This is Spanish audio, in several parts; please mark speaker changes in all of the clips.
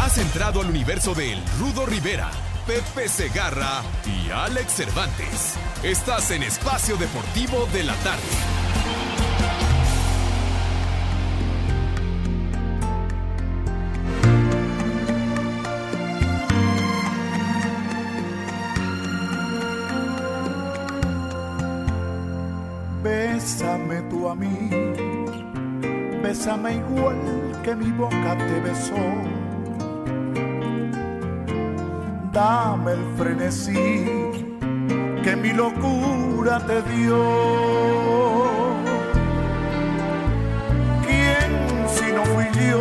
Speaker 1: Has entrado al universo del Rudo Rivera, Pepe Segarra y Alex Cervantes. Estás en Espacio Deportivo de la Tarde.
Speaker 2: Bésame tú a mí, bésame igual que mi boca te besó dame el frenesí que mi locura te dio. ¿Quién si no fui yo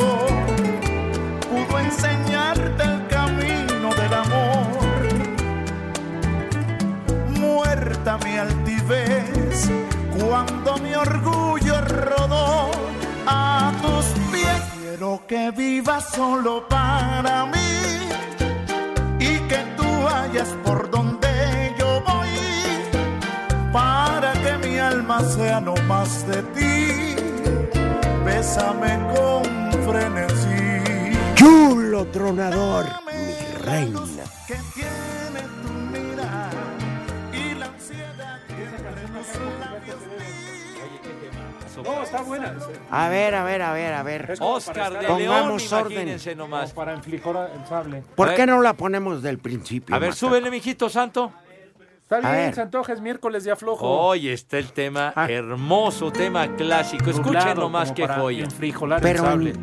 Speaker 2: pudo enseñarte el camino del amor? Muerta mi altivez cuando mi orgullo rodó a tus pies. Quiero que vivas solo para mí que tú vayas por donde yo voy, para que mi alma sea no más de ti. Bésame con frenesí.
Speaker 3: Chulo tronador, mi reina.
Speaker 2: Que tiene tu mirada y la ansiedad que entre los labios
Speaker 4: No, está buena.
Speaker 3: A ver, a ver, a ver, a ver.
Speaker 5: Oscar de León,
Speaker 3: Pongamos
Speaker 5: imagínense nomás.
Speaker 4: Para infligir el sable.
Speaker 3: ¿Por qué no la ponemos del principio?
Speaker 5: A ver,
Speaker 3: Macaco?
Speaker 5: súbele, mijito santo.
Speaker 4: Está
Speaker 3: A
Speaker 4: bien,
Speaker 3: ver.
Speaker 4: se antoja, es miércoles de aflojo.
Speaker 5: Hoy está el tema,
Speaker 3: Ah.
Speaker 5: hermoso tema clásico. Escuchen nomás qué joya.
Speaker 4: Frijolar el
Speaker 3: Pero,
Speaker 4: sable.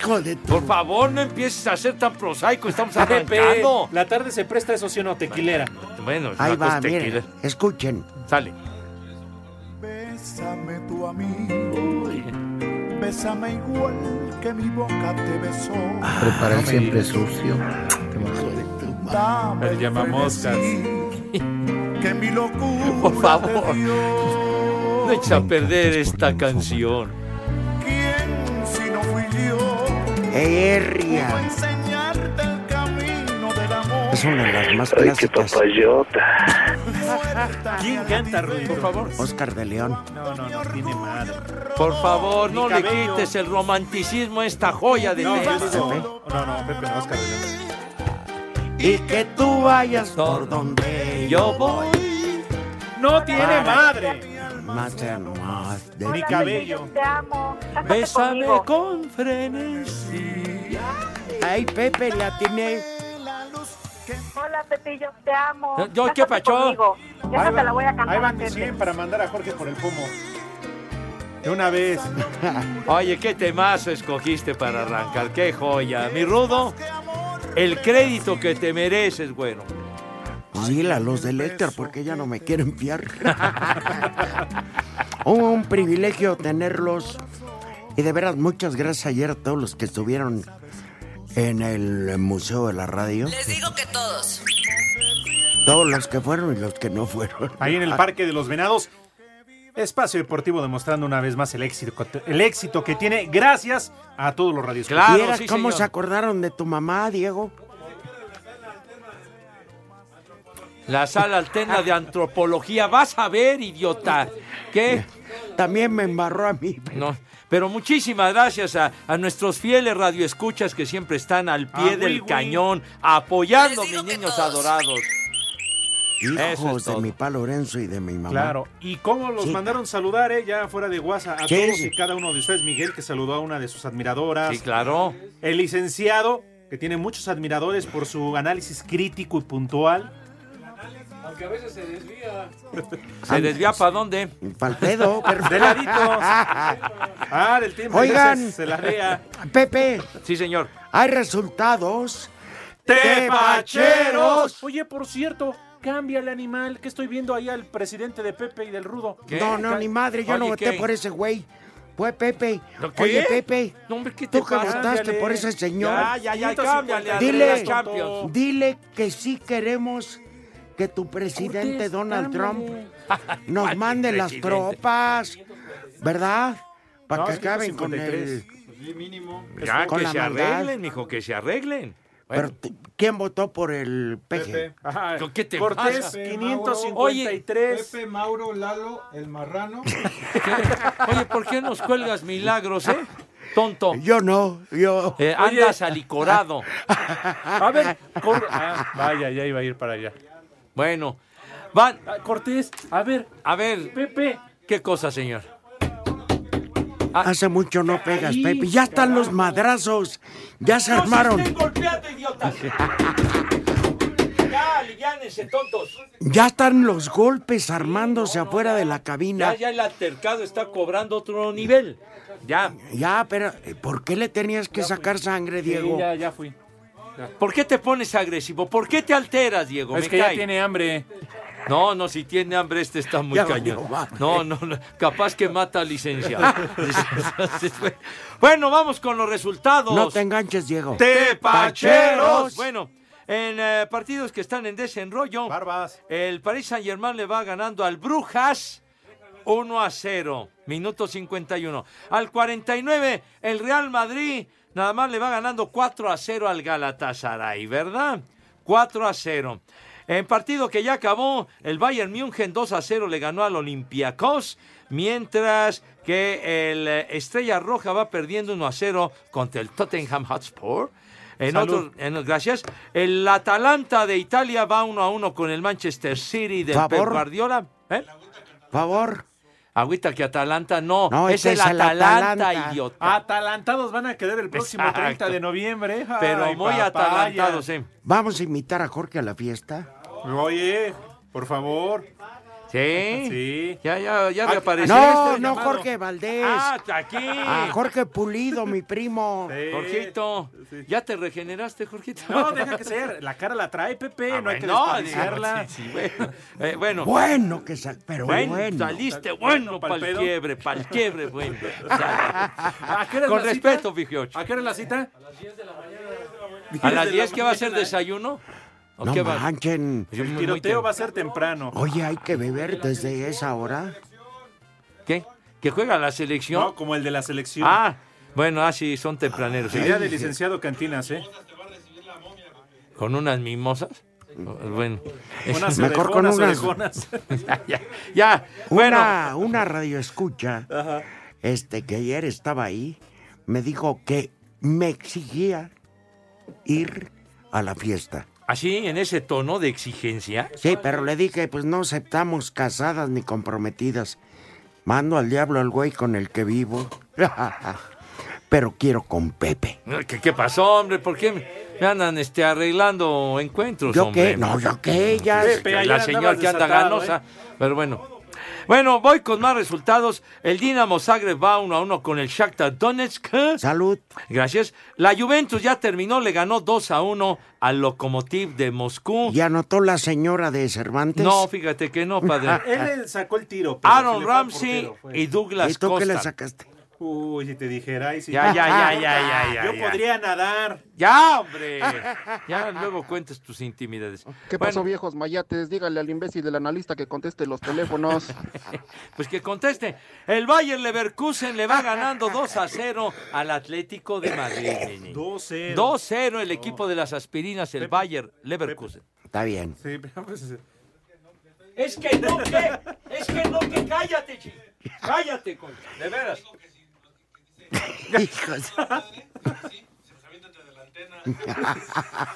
Speaker 3: hijo de tu-
Speaker 5: Por favor, no empieces a ser tan prosaico, estamos
Speaker 4: Pepe,
Speaker 5: arrancando.
Speaker 4: la tarde se presta eso, sí o no, tequilera.
Speaker 5: Bueno, es
Speaker 3: Ahí
Speaker 5: una
Speaker 3: va,
Speaker 5: cosa tequila.
Speaker 3: miren, escuchen.
Speaker 5: Sale.
Speaker 2: Bésame tú a mí, bésame igual que mi boca te besó.
Speaker 6: Preparar
Speaker 4: Ah,
Speaker 6: siempre sucio.
Speaker 2: Dame
Speaker 4: El llamamoscas.
Speaker 2: frenesí que mi locura
Speaker 5: Por favor.
Speaker 2: te dio.
Speaker 5: No eches a perder esta canción.
Speaker 2: ¿Quién si no fui yo? Pudo
Speaker 3: Herria.
Speaker 2: enseñarte el camino del amor.
Speaker 3: Es una de las más clásicas.
Speaker 4: ¿Quién canta, Rudy? Por favor.
Speaker 3: Oscar de León.
Speaker 4: No, no, no tiene madre.
Speaker 5: Por favor,
Speaker 4: Mi
Speaker 5: no le
Speaker 4: cabello.
Speaker 5: quites el romanticismo a esta joya de
Speaker 4: No, yo
Speaker 5: tema.
Speaker 4: digo- no, no, Pepe, no, Oscar de León.
Speaker 3: Y que tú vayas por donde yo
Speaker 5: Yo voy.
Speaker 4: No tiene madre.
Speaker 3: más más de
Speaker 4: Mi
Speaker 3: ti.
Speaker 4: cabello.
Speaker 7: Te amo. Cásate
Speaker 5: Bésame
Speaker 7: conmigo.
Speaker 5: con frenesí.
Speaker 3: Ay, Pepe, la tiene.
Speaker 7: Hola, Pepillo, te amo.
Speaker 5: Yo- yo, ¿qué
Speaker 7: Cásate
Speaker 5: pacho?
Speaker 7: conmigo. Ya
Speaker 4: Ahí
Speaker 7: no
Speaker 4: va-
Speaker 7: te la voy a cantar.
Speaker 4: Ahí van
Speaker 7: Pepe.
Speaker 4: mis 100 para mandar a Jorge por el pomo. De una vez.
Speaker 5: Oye, qué temazo escogiste para arrancar. Qué joya. Mi rudo, el crédito que te mereces, bueno.
Speaker 3: Pues dile a los del Héctor porque ya no me quieren fiar. Un privilegio tenerlos. Y de veras, muchas gracias ayer a todos los que estuvieron en el Museo de la Radio.
Speaker 8: Les digo que todos.
Speaker 3: Todos los que fueron y los que no fueron. Ah,
Speaker 4: Ahí en
Speaker 5: Ah.
Speaker 4: el Parque de los Venados. Espacio Deportivo demostrando una vez más el éxito, el éxito que tiene gracias a todos los radios.
Speaker 5: Claro,
Speaker 3: ¿Vieras
Speaker 5: sí,
Speaker 3: cómo
Speaker 5: señor.
Speaker 3: se acordaron de tu mamá, Diego?
Speaker 5: La sala alterna de antropología. Vas a ver, idiota. ¿Qué?
Speaker 3: También me embarró a mí.
Speaker 5: No. Pero muchísimas gracias a, a nuestros fieles radioescuchas que siempre están al pie
Speaker 4: Ah,
Speaker 5: del
Speaker 4: güey, güey.
Speaker 5: cañón, apoyando
Speaker 8: Les digo
Speaker 5: mis
Speaker 8: que
Speaker 5: niños
Speaker 8: todos.
Speaker 5: adorados. Eso
Speaker 3: Hijos
Speaker 5: es
Speaker 3: de
Speaker 5: todo.
Speaker 3: mi pa Lorenzo y de mi mamá.
Speaker 4: Claro, y cómo los
Speaker 3: Sí.
Speaker 4: mandaron saludar, eh, ya fuera de WhatsApp, a
Speaker 3: Sí.
Speaker 4: todos y cada uno de ustedes. Miguel, que saludó a una de sus admiradoras.
Speaker 5: Sí, claro.
Speaker 4: El licenciado, que tiene muchos admiradores por su análisis crítico y puntual.
Speaker 5: ¿Se desvía para dónde?
Speaker 3: Palpedo.
Speaker 4: De laditos. ah, del tiempo.
Speaker 3: Oigan.
Speaker 4: Se, se la rea.
Speaker 3: Pepe,
Speaker 5: Sí, señor.
Speaker 3: hay resultados.
Speaker 5: ¡Tepacheros!
Speaker 4: Oye, por cierto, cambia el animal. que estoy viendo ahí al presidente de Pepe y del Rudo?
Speaker 5: ¿Qué?
Speaker 3: No, no, ni madre, yo no
Speaker 5: Oye,
Speaker 3: voté
Speaker 5: ¿qué?
Speaker 3: por ese güey. Fue Pepe.
Speaker 5: ¿Lo qué?
Speaker 3: Oye, Pepe.
Speaker 5: No, hombre, ¿qué te
Speaker 3: Tú que
Speaker 5: pasa?
Speaker 3: votaste
Speaker 4: Ándale.
Speaker 3: por ese señor.
Speaker 5: Ya, ya, ya, cámbiale a
Speaker 3: Dile.
Speaker 5: las Champions.
Speaker 3: Dile que sí queremos que tu presidente Donald Trump nos
Speaker 5: ¿Cuál
Speaker 3: mande las
Speaker 5: presidente?
Speaker 3: tropas, ¿verdad? Para
Speaker 4: No,
Speaker 3: que
Speaker 4: es que
Speaker 3: acaben con
Speaker 4: 53.
Speaker 3: él.
Speaker 5: Ya,
Speaker 3: Con
Speaker 5: que
Speaker 3: la
Speaker 5: se
Speaker 3: maldad.
Speaker 5: arreglen, mijo, que se arreglen.
Speaker 3: Pero, tú- ¿Quién votó por el PG?
Speaker 4: Ajá.
Speaker 5: ¿Con qué te
Speaker 4: Cortés,
Speaker 5: pasa?
Speaker 4: 553.
Speaker 8: Pepe, Mauro, Lalo, el marrano.
Speaker 5: Oye, ¿por qué nos cuelgas milagros, eh? Tonto.
Speaker 3: Yo no, yo.
Speaker 5: Eh, andas alicorado.
Speaker 4: A ver, cor- ah, vaya, ya iba a ir para allá.
Speaker 5: Bueno, van.
Speaker 4: Ah, Cortés, a ver,
Speaker 5: A ver,
Speaker 4: Pepe.
Speaker 5: ¿qué cosa, señor? Ah.
Speaker 3: Hace mucho no pegas, Pepe. Ya están los madrazos. Ya se armaron.
Speaker 5: golpeando, idiotas! ya, aliviánense, tontos.
Speaker 3: Ya están los golpes armándose afuera de la cabina.
Speaker 5: Ya, ya el altercado está cobrando otro nivel. Ya.
Speaker 3: Ya, pero eh, ¿por qué le tenías que sacar sangre, Diego?
Speaker 4: Sí, ya, ya fui.
Speaker 5: ¿Por qué te pones agresivo? ¿Por qué te alteras, Diego?
Speaker 4: Es
Speaker 5: Me
Speaker 4: que ya
Speaker 5: cae.
Speaker 4: tiene hambre.
Speaker 5: No, no, si tiene hambre, este está muy
Speaker 3: Ya
Speaker 5: cañón.
Speaker 3: valió madre.
Speaker 5: No, no, no, capaz que mata a licencia. bueno, vamos con los resultados.
Speaker 3: No te enganches, Diego.
Speaker 5: ¡Tepacheros! Bueno, en eh, partidos que están en desenrollo,
Speaker 4: Barbas.
Speaker 5: el Paris Saint Germain le va ganando al Brujas 1 a 0, minuto 51. Al 49, el Real Madrid nada más le va ganando 4 a 0 al Galatasaray, ¿verdad? 4 a 0. En partido que ya acabó, el Bayern München 2 a 0 le ganó al Olympiacos, mientras que el eh, Estrella Roja va perdiendo 1 a 0 contra el Tottenham Hotspur. En
Speaker 4: Salud.
Speaker 5: otro, en- gracias. El Atalanta de Italia va 1 a 1 con el Manchester City de
Speaker 3: Favor.
Speaker 5: Pep Guardiola. ¿Eh?
Speaker 3: Favor.
Speaker 5: Agüita que Atalanta no,
Speaker 3: No,
Speaker 5: es
Speaker 3: ese
Speaker 5: el
Speaker 3: es el
Speaker 5: Atalanta,
Speaker 3: Atalanta.
Speaker 5: idiota.
Speaker 4: Atalantados van a quedar el próximo
Speaker 5: Exacto.
Speaker 4: 30 de noviembre. Ay,
Speaker 5: Pero muy
Speaker 4: papaya.
Speaker 5: atalantados, ¿eh?
Speaker 3: Vamos a invitar a Jorge a la fiesta.
Speaker 4: Oye, por favor.
Speaker 5: Sí.
Speaker 4: Sí. Ah,
Speaker 5: Ya, ya, ya reapareció.
Speaker 3: No,
Speaker 5: este
Speaker 3: no,
Speaker 5: llamado.
Speaker 3: Jorge Valdés.
Speaker 5: Ah, aquí.
Speaker 3: A Jorge Pulido, mi primo.
Speaker 4: Sí.
Speaker 5: Jorgito, ya te regeneraste, Jorgito.
Speaker 4: No, deja que sea. La cara la trae, Pepe.
Speaker 5: Ah,
Speaker 4: no hay que
Speaker 5: bueno,
Speaker 4: desperdiciarla.
Speaker 5: digamos, sí, sí, bueno, Eh, bueno,
Speaker 3: Bueno que sal, pero
Speaker 5: Bueno,
Speaker 3: bueno.
Speaker 5: saliste
Speaker 4: Sal-
Speaker 5: bueno
Speaker 4: bueno pa'l
Speaker 5: pa'l
Speaker 4: pedo.
Speaker 5: quiebre, pa'l quiebre, bueno.
Speaker 4: ¿A qué hora es
Speaker 5: Con
Speaker 4: la cita?
Speaker 5: respeto, Fijiocho.
Speaker 4: ¿A qué hora es la cita?
Speaker 5: ¿A las 10 qué va a ser desayuno? ¿O qué
Speaker 3: No
Speaker 5: va? Pues
Speaker 3: manchen.
Speaker 5: Yo
Speaker 4: El
Speaker 5: muy-
Speaker 4: tiroteo
Speaker 5: muy
Speaker 4: va a ser temprano.
Speaker 3: Oye, hay que beber desde esa hora.
Speaker 5: tem- ¿Qué? ¿Que juega la selección?
Speaker 4: No, como el de la selección.
Speaker 5: Ah, bueno, ah, sí, son tempraneros. sí.
Speaker 4: Idea del licenciado Cantinas, ¿eh?
Speaker 5: Con unas mimosas. Bueno,
Speaker 4: Unas
Speaker 3: Mejor con
Speaker 4: orejonas,
Speaker 3: unas-
Speaker 4: orejonas.
Speaker 5: ya, ya. Bueno,
Speaker 3: Una, una radio escucha, este, que ayer estaba ahí, me dijo que me exigía ir a la fiesta.
Speaker 5: así, en ese tono de exigencia.
Speaker 3: Sí, pero le dije, pues no aceptamos casadas ni comprometidas. Mando al diablo al güey con el que vivo. pero quiero con Pepe.
Speaker 5: ¿Qué, qué pasó, hombre? ¿Por qué me- me andan este, arreglando encuentros,
Speaker 3: ¿Yo
Speaker 5: hombre?
Speaker 3: qué? No, ¿yo qué? Ya. ¿eh?
Speaker 4: Pepe, ayer
Speaker 5: la
Speaker 4: andabas
Speaker 5: señora que anda
Speaker 4: desatado,
Speaker 5: ganosa. Pero bueno. Bueno, voy con más resultados. El Dinamo Zagreb va 1 a 1 con el Shakhtar Donetsk.
Speaker 3: Salud.
Speaker 5: Gracias. La Juventus ya terminó, le ganó 2 a 1 al Lokomotiv de Moscú.
Speaker 3: ¿Y anotó la señora de Cervantes?
Speaker 5: No, fíjate que no, padre.
Speaker 4: Él le sacó el tiro. pero se
Speaker 5: Ah, Aaron
Speaker 4: le fue al
Speaker 5: Ramsey
Speaker 4: portero, fue.
Speaker 5: y Douglas
Speaker 3: ¿Y tú qué le
Speaker 5: Costa.
Speaker 3: sacaste?
Speaker 4: Uy, si te dijera. ay, si-
Speaker 5: Ya, ya, ya, ya, ya, ya.
Speaker 4: Yo
Speaker 5: ya.
Speaker 4: podría nadar.
Speaker 5: Ya, hombre. Ya luego cuentes tus intimidades.
Speaker 9: ¿Qué
Speaker 5: Bueno,
Speaker 9: pasó, viejos mayates? Dígale al imbécil del analista que conteste los teléfonos.
Speaker 5: Pues que conteste. El Bayern Leverkusen le va ganando 2 a 0 al Atlético de Madrid. nene.
Speaker 4: 2-0.
Speaker 5: 2-0 el equipo de las aspirinas, el Bayern Leverkusen.
Speaker 3: Está bien.
Speaker 4: Sí, pero pues,
Speaker 5: Es que no, que, es que no, que cállate, chico. Cállate, con, de veras.
Speaker 3: Hijos.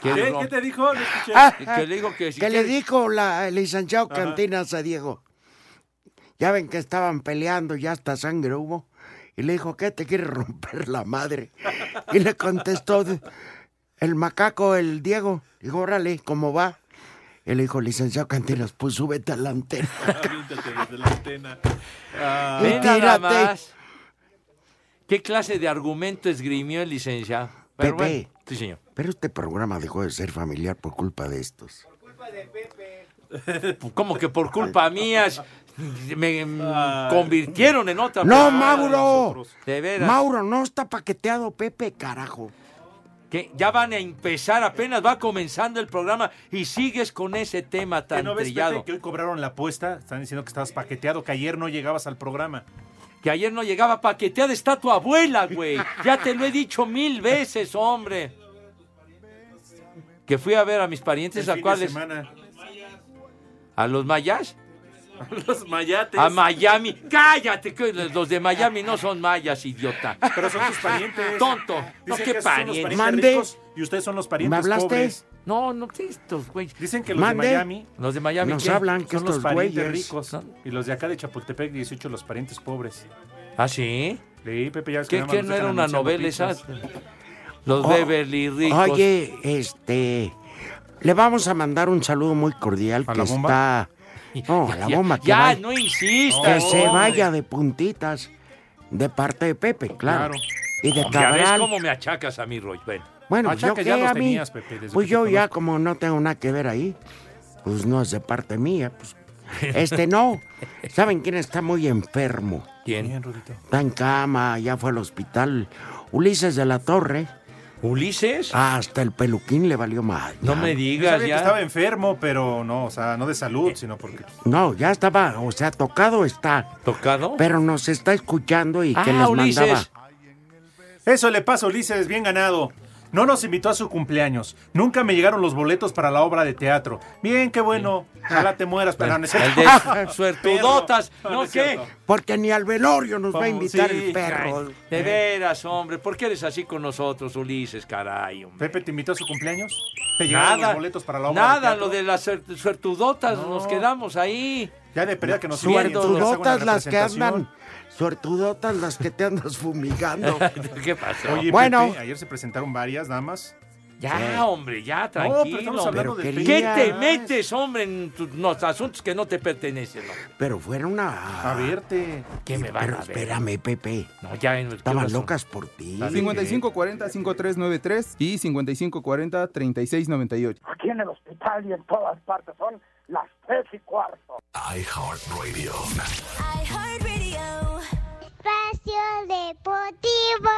Speaker 4: ¿Qué, ¿Qué te dijo? No escuché.
Speaker 5: Que le digo que si
Speaker 3: ¿Qué Ah, le
Speaker 5: quieres-
Speaker 3: dijo la, el licenciado Cantinas a Diego? Ya ven que estaban peleando, ya hasta sangre hubo. Y le dijo, ¿qué te quiere romper la madre? Y le contestó el macaco, el Diego. Dijo, órale, ¿cómo va? Y le dijo, licenciado Cantinas, pues súbete a la antena.
Speaker 4: Aviéntate Ah, desde la antena. Ah,
Speaker 5: Ve nada
Speaker 3: Tírate.
Speaker 5: más. ¿Qué clase de argumento esgrimió el licenciado? Pero
Speaker 3: Pepe.
Speaker 5: bueno, sí, señor.
Speaker 3: Pero este programa dejó de ser familiar por culpa de estos.
Speaker 5: Como que por culpa mía. me convirtieron en otra
Speaker 3: No,
Speaker 5: persona.
Speaker 3: Mauro.
Speaker 5: De veras.
Speaker 3: Mauro, no está paqueteado Pepe, carajo.
Speaker 5: Que ya van a empezar, apenas va comenzando el programa y sigues con ese tema
Speaker 4: Que
Speaker 5: tan
Speaker 4: no ves,
Speaker 5: trillado.
Speaker 4: Pepe, que hoy cobraron la apuesta. Están diciendo que estabas paqueteado, que ayer no llegabas al programa.
Speaker 5: Que ayer no llegaba paqueteada, está tu abuela, güey. Ya te lo he dicho mil veces, hombre. Que fui a ver a mis
Speaker 4: El
Speaker 5: parientes,
Speaker 4: fin
Speaker 5: ¿a
Speaker 4: de
Speaker 5: cuáles?
Speaker 4: semana.
Speaker 5: ¿A los mayas?
Speaker 4: Los mayates.
Speaker 3: Ah,
Speaker 5: A Miami. Cállate, que los de Miami no son mayas, idiota.
Speaker 4: Pero son tus parientes.
Speaker 5: Tonto. No,
Speaker 4: Dicen
Speaker 5: qué
Speaker 4: que esos son los
Speaker 5: pariente.
Speaker 4: parientes
Speaker 3: Mande.
Speaker 4: ricos Y ustedes son los parientes
Speaker 3: ¿Me hablaste?
Speaker 4: pobres.
Speaker 5: No, no, estos, güey.
Speaker 4: Dicen que los
Speaker 3: Mande.
Speaker 4: de Miami
Speaker 5: Los de Miami
Speaker 3: Nos
Speaker 5: ¿qué?
Speaker 3: hablan que
Speaker 4: son los
Speaker 3: estos
Speaker 4: parientes
Speaker 3: güeyes.
Speaker 4: ricos.
Speaker 5: ¿No?
Speaker 4: Y los de acá de Chapultepec, 18, los parientes pobres.
Speaker 5: ¿Ah, sí?
Speaker 4: Sí, Pepe, ya ves
Speaker 5: ¿Qué,
Speaker 4: nada más
Speaker 5: qué
Speaker 4: nos
Speaker 5: no
Speaker 4: dejan
Speaker 5: era una
Speaker 4: anunciando
Speaker 5: novela esa?
Speaker 4: pizzas.
Speaker 5: Los
Speaker 3: Oh,
Speaker 5: Beverly Ricos.
Speaker 3: Oye, este. Le vamos a mandar un saludo muy cordial
Speaker 4: ¿A
Speaker 3: que
Speaker 4: la bomba?
Speaker 3: está. No, a la
Speaker 5: Ya-
Speaker 3: bomba. que
Speaker 5: Ya,
Speaker 3: vaya-
Speaker 5: no insistas.
Speaker 3: que se
Speaker 5: hombre.
Speaker 3: vaya de puntitas de parte de Pepe, claro.
Speaker 4: Claro.
Speaker 3: Y
Speaker 5: Ya
Speaker 3: de
Speaker 5: ves
Speaker 3: Cabral.
Speaker 5: cómo me achacas a mí, Roy. Ven.
Speaker 3: Bueno, pues
Speaker 4: Ah,
Speaker 3: yo
Speaker 4: chaca, ya
Speaker 3: qué,
Speaker 4: los
Speaker 3: a mí.
Speaker 4: tenías, Pepe, desde
Speaker 3: pues
Speaker 4: que
Speaker 3: yo
Speaker 4: te
Speaker 3: ya
Speaker 4: conozco.
Speaker 3: como no tengo nada que ver ahí, pues no es de parte mía. Pues, este no. ¿Saben quién está muy enfermo?
Speaker 5: ¿Quién?
Speaker 4: Bien, Rudito.
Speaker 3: Está en cama, ya fue al hospital. Ulises de la Torre.
Speaker 5: ¿Ulises?
Speaker 3: Hasta el peluquín le valió mal.
Speaker 5: no me
Speaker 4: Yo
Speaker 5: digas
Speaker 4: sabía que estaba
Speaker 5: ya.
Speaker 4: enfermo, pero no, o sea, no de salud, sino porque... pues,
Speaker 3: No, ya estaba, o sea, tocado está.
Speaker 5: ¿Tocado?
Speaker 3: Pero nos está escuchando y que
Speaker 5: Ah,
Speaker 3: les
Speaker 5: Ulises.
Speaker 3: mandaba.
Speaker 4: Eso le pasa a Ulises, bien ganado. No nos invitó a su cumpleaños. Nunca me llegaron los boletos para la obra de teatro. Bien, qué bueno. Ojalá te mueras, pero no, no es
Speaker 5: El
Speaker 4: cierto.
Speaker 3: Pues
Speaker 5: de suertudotas.
Speaker 4: Perro.
Speaker 5: ¿No
Speaker 4: es
Speaker 5: qué?
Speaker 4: cierto.
Speaker 3: Porque ni al velorio Pues nos va a
Speaker 4: Vamos,
Speaker 3: invitar
Speaker 4: sí, eh,
Speaker 3: el perro. Eh.
Speaker 5: Ay, De veras, hombre. ¿Por qué eres así con nosotros, Ulises, caray, hombre?
Speaker 4: Pepe, ¿te invitó a su cumpleaños? ¿Te llegaron los
Speaker 5: Nada,
Speaker 4: boletos para la obra
Speaker 5: nada,
Speaker 4: de teatro?
Speaker 5: lo de las suert- suertudotas,
Speaker 4: No.
Speaker 5: nos quedamos ahí.
Speaker 4: Ya de pérdida que nos inviten, entonces hago una
Speaker 3: Suertudotas las que
Speaker 4: representación.
Speaker 3: andan. Suertudotas las que te andas fumigando.
Speaker 5: ¿Qué pasó?
Speaker 4: Oye,
Speaker 3: Bueno.
Speaker 4: Pepe, ayer se presentaron varias damas.
Speaker 5: ya,
Speaker 3: eh.
Speaker 5: hombre, ya,
Speaker 4: No,
Speaker 5: tranquilo.
Speaker 4: pero estamos
Speaker 5: hombre.
Speaker 4: hablando
Speaker 3: Pero
Speaker 4: de
Speaker 5: ¿Qué
Speaker 3: Ya,
Speaker 5: te
Speaker 3: es-
Speaker 5: metes, hombre, en tus no, asuntos que no te pertenecen? hombre?
Speaker 3: Pero fueron a.
Speaker 4: A verte.
Speaker 5: ¿Qué me van
Speaker 3: Pero
Speaker 5: a ver?
Speaker 3: espérame, Pepe.
Speaker 5: No, ya en el
Speaker 3: Estaban locas por ti.
Speaker 9: 5540-5393 y 5540-3698.
Speaker 10: Aquí en el hospital y en todas partes son las tres y cuarto.
Speaker 1: iHeartRadio.
Speaker 11: Espacio Deportivo.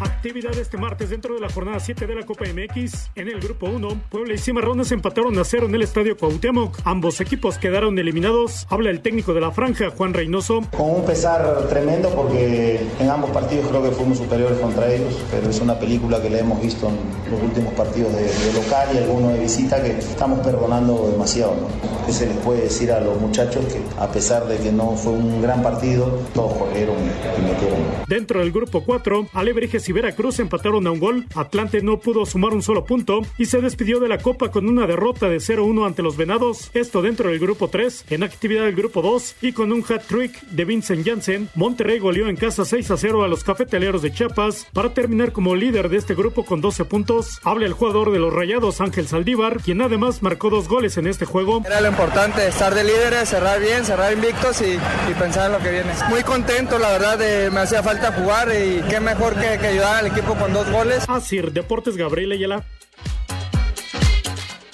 Speaker 12: Actividad este martes dentro de la jornada 7 de la Copa MX. En el grupo 1, Puebla y Cimarrones empataron a cero en el estadio Cuauhtémoc. Ambos equipos quedaron eliminados. Habla el técnico de la franja, Juan Reynoso.
Speaker 13: Con un pesar tremendo porque en ambos partidos creo que fuimos superiores contra ellos, pero es una película que la hemos visto en los últimos partidos de, de local y algunos de visita que estamos perdonando demasiado. ¿no? ¿Qué se les puede decir a los muchachos que a pesar de que no fue un gran partido, todos corrieron y metieron?
Speaker 12: Dentro del grupo 4, Alebrijes y Veracruz empataron a un gol. Atlante no pudo sumar un solo punto y se despidió de la Copa con una derrota de 0-1 ante los Venados. Esto dentro del grupo 3, en actividad del grupo 2 y con un hat-trick de Vincent Janssen, Monterrey goleó en casa 6-0 a los Cafetaleros de Chiapas para terminar como líder de este grupo con 12 puntos. Habla el jugador de los Rayados Ángel Saldívar, quien además marcó dos goles en este juego.
Speaker 9: Era lo importante, estar de líderes, cerrar bien, cerrar invictos y, y pensar en lo que viene. Muy contento, la verdad, de- me hacía falta jugar y qué mejor que, que ayudar al equipo con dos goles.
Speaker 12: Asir Deportes Gabriel Ayala.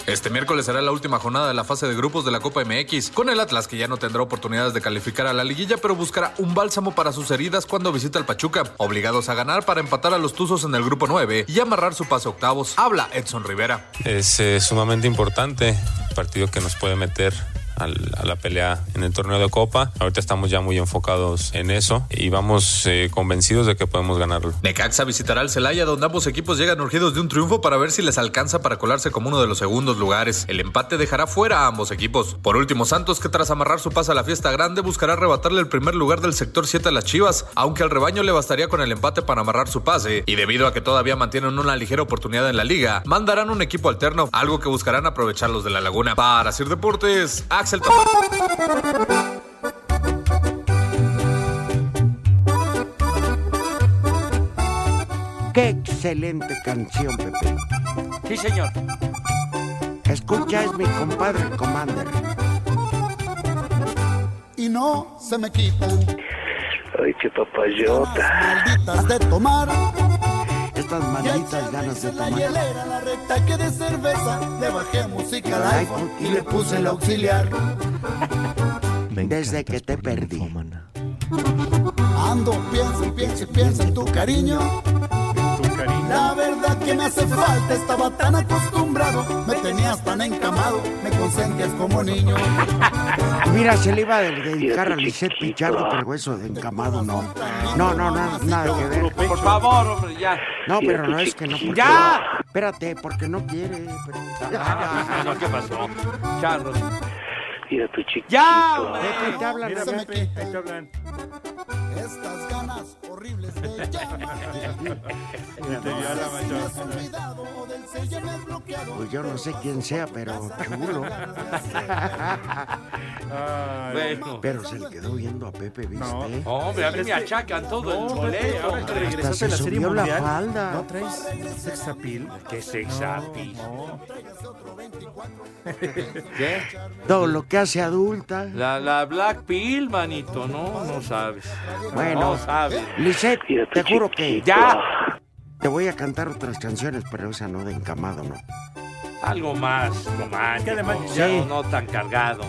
Speaker 13: Este miércoles será la última jornada de la fase de grupos de la Copa MX, con el Atlas que ya no tendrá oportunidades de calificar a la liguilla, pero buscará un bálsamo para sus heridas cuando visita al Pachuca, obligados a ganar para empatar a los Tuzos en el grupo 9 y amarrar su pase a octavos. Habla Edson Rivera.
Speaker 9: Es eh, sumamente importante, partido que nos puede meter al- a la pelea en el torneo de Copa. Ahorita estamos ya muy enfocados en eso y vamos eh, convencidos de que podemos ganarlo.
Speaker 13: Necaxa visitará al Celaya, donde ambos equipos llegan urgidos de un triunfo para ver si les alcanza para colarse como uno de los segundos lugares. El empate dejará fuera a ambos equipos. Por último, Santos, que tras amarrar su pase a la fiesta grande, buscará arrebatarle el primer lugar del sector 7 a las Chivas, aunque al rebaño le bastaría con el empate para amarrar su pase, y debido a que todavía mantienen una ligera oportunidad en la liga, mandarán un equipo alterno, algo que buscarán aprovechar los de la laguna. Para hacer deportes, Axel Tomás.
Speaker 3: Qué excelente canción, Pepe.
Speaker 5: Sí, señor.
Speaker 3: Escucha, es mi compadre el Commander.
Speaker 13: Y no se me quitan
Speaker 6: Ay, qué papayota.
Speaker 13: malditas de tomar.
Speaker 3: Estas malditas ganas de
Speaker 2: La
Speaker 3: tomar.
Speaker 2: hielera, la recta que de cerveza. Le bajé música al iPhone y le puse el auxiliar.
Speaker 3: Desde que te perdí.
Speaker 2: Ando, pienso, pienso, pienso en tu cariño. La verdad que me hace falta, estaba tan acostumbrado. Me tenías tan encamado, me consentías como niño.
Speaker 3: Ah, Mira, se le iba a dedicar a Lisette Pichardo, pero eso de encamado no. No, no, no, nada que ver.
Speaker 5: Por favor, hombre, ya.
Speaker 3: No, pero no es que no. porque-
Speaker 5: ¡Ya!
Speaker 3: Espérate, porque no quiere. pero-
Speaker 5: Ah, no, ¿Qué pasó? Charros.
Speaker 14: Mira tu chiquito.
Speaker 5: ¡Ya, hombre!
Speaker 3: Pepe, te hablan,
Speaker 4: Mira,
Speaker 3: Pepe.
Speaker 4: Pepe, ahí te hablan.
Speaker 2: Estas ganas horribles de llamar.
Speaker 3: Pues yo no sé quién sea, pero chulo.
Speaker 5: Bueno.
Speaker 3: Pero se le quedó viendo a Pepe, ¿viste?
Speaker 5: Hombre, a mí me achacan todo el chuleo.
Speaker 4: Ahora que
Speaker 5: hombre.
Speaker 4: regresaste a la
Speaker 3: se
Speaker 4: serie
Speaker 3: subió la
Speaker 4: mundial,
Speaker 3: falda.
Speaker 4: ¿No traes sexapil?
Speaker 5: ¿Qué sexapil? ¿Qué?
Speaker 3: Todo lo que hace adulta.
Speaker 5: La, la Black Pill, manito, no, no sabes.
Speaker 3: Bueno.
Speaker 5: No sabes.
Speaker 3: Lisette, te juro que.
Speaker 5: ¡Ya!
Speaker 3: Te voy a cantar otras canciones, pero esa no de encamado, no.
Speaker 5: Algo más romántico. ya no, no tan cargado.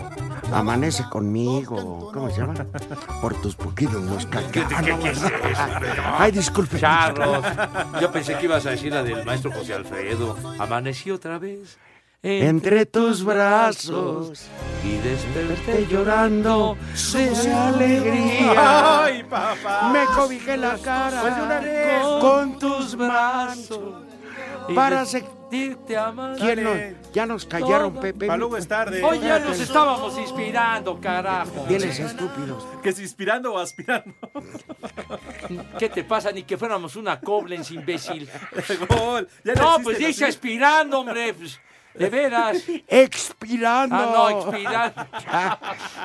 Speaker 3: Amanece conmigo. ¿Cómo se llama? Por tus poquitos Ah, los
Speaker 5: ¿Qué, qué- qué es eso? hombre? No.
Speaker 3: Ay, disculpe.
Speaker 5: Charros. Yo pensé que ibas a decir la del maestro José Alfredo. Amanecí otra vez.
Speaker 3: Entre tus brazos
Speaker 5: y desperté
Speaker 3: Te llorando de alegría.
Speaker 4: ¡Ay, papá!
Speaker 3: Me cobijé la cara
Speaker 4: Pues de una vez.
Speaker 3: con tus brazos para se-
Speaker 5: sentirte amado.
Speaker 3: ¿Quién nos- ya nos callaron, Pepe.
Speaker 4: Pa' luego es tarde.
Speaker 5: Hoy ya
Speaker 3: Espérate.
Speaker 5: nos estábamos inspirando, carajo.
Speaker 3: Vienes estúpidos.
Speaker 4: ¿Que si inspirando o aspirando?
Speaker 5: ¿Qué te pasa? Ni que fuéramos una Koblenz, imbécil.
Speaker 4: Gol. Ya
Speaker 5: No,
Speaker 4: le
Speaker 5: pues
Speaker 4: hiciste
Speaker 5: dice
Speaker 4: así.
Speaker 5: aspirando, hombre. pues, de veras.
Speaker 3: Expirando.
Speaker 5: Ah, no, expirando.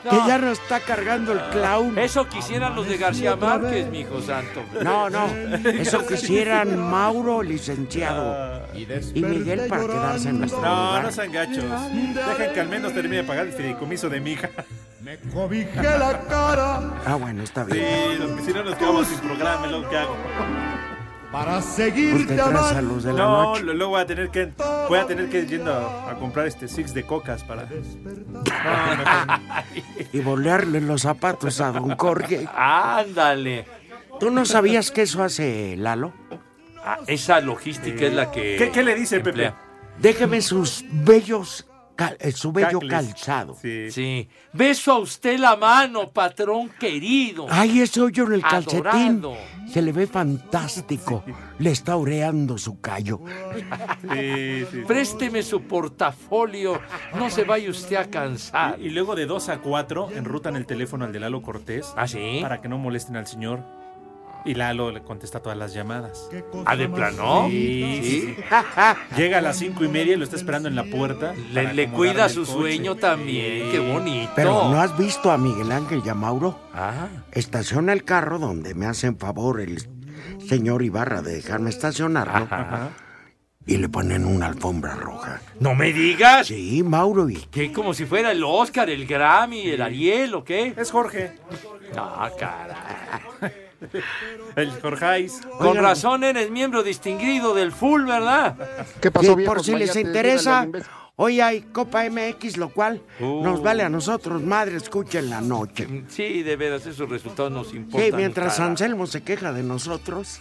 Speaker 3: Que ya no está cargando el clown.
Speaker 5: Eso quisieran los de García Márquez, mi hijo santo.
Speaker 3: No, no. Eso quisieran Mauro, licenciado. Y Miguel para quedarse en nuestro
Speaker 4: No, no
Speaker 3: lugar.
Speaker 4: sean gachos. Dejen que al menos termine de pagar el fideicomiso de mi hija.
Speaker 2: Cobijé la cara
Speaker 3: Ah, bueno, está
Speaker 4: Sí,
Speaker 3: bien.
Speaker 4: los- si no nos quedamos sin programa, es lo que hago.
Speaker 2: para
Speaker 3: Pues te
Speaker 2: seguirte
Speaker 3: traes a luz de la
Speaker 4: No,
Speaker 3: noche.
Speaker 4: lo- luego voy a tener que voy a tener que ir yendo a, a comprar este six de cocas para.
Speaker 3: Y volearle los zapatos a don Jorge.
Speaker 5: Ándale.
Speaker 3: ¿Tú no sabías que eso hace Lalo?
Speaker 5: Ah, esa logística es la que.
Speaker 4: ¿Qué, qué le dice Pepe?
Speaker 5: emplea.
Speaker 3: Déjeme sus bellos, cal- eh, su bello
Speaker 4: Cacles.
Speaker 3: calzado.
Speaker 4: Sí.
Speaker 5: Sí. Beso a usted la mano, patrón querido.
Speaker 3: Ay, ese hoyo en el calcetín.
Speaker 5: Adorado.
Speaker 3: Se le ve fantástico. Le está oreando su callo.
Speaker 4: Sí, sí.
Speaker 5: Présteme su portafolio. No se vaya usted a cansar.
Speaker 4: Y luego de 2 a 4 enrutan el teléfono al de Lalo Cortés
Speaker 5: ¿Ah, sí?
Speaker 4: para que no molesten al señor. Y Lalo le contesta todas las llamadas.
Speaker 5: ¿Ah, de plano?
Speaker 4: Sí, sí, sí. Llega a las cinco y media y lo está esperando en la puerta.
Speaker 5: Le,
Speaker 4: para
Speaker 5: le
Speaker 4: acomodarle
Speaker 5: cuida
Speaker 4: el
Speaker 5: su
Speaker 4: coche.
Speaker 5: sueño también. Qué bonito.
Speaker 3: Pero ¿no has visto a Miguel Ángel y a Mauro?
Speaker 5: Ah,
Speaker 3: Estaciona el carro donde me hacen favor el señor Ibarra de dejarme estacionarlo.
Speaker 5: ajá.
Speaker 3: Y le ponen una alfombra roja.
Speaker 5: No me digas.
Speaker 3: Sí, Mauro, y
Speaker 5: Que como si fuera el Oscar, el Grammy, el Ariel o qué.
Speaker 4: Es Jorge.
Speaker 5: No, cara.
Speaker 4: El Jorgeis.
Speaker 5: Con
Speaker 3: Oigan.
Speaker 5: razón eres miembro distinguido del full, ¿verdad?
Speaker 6: ¿Qué
Speaker 3: Y
Speaker 6: pasó,
Speaker 3: por si les interesa, hoy hay Copa MX, lo cual
Speaker 5: Uh.
Speaker 3: nos vale a nosotros, madre, escuchen la noche.
Speaker 5: Sí, de veras, esos resultados nos importan.
Speaker 3: Sí, mientras
Speaker 5: cara.
Speaker 3: Anselmo se queja de nosotros,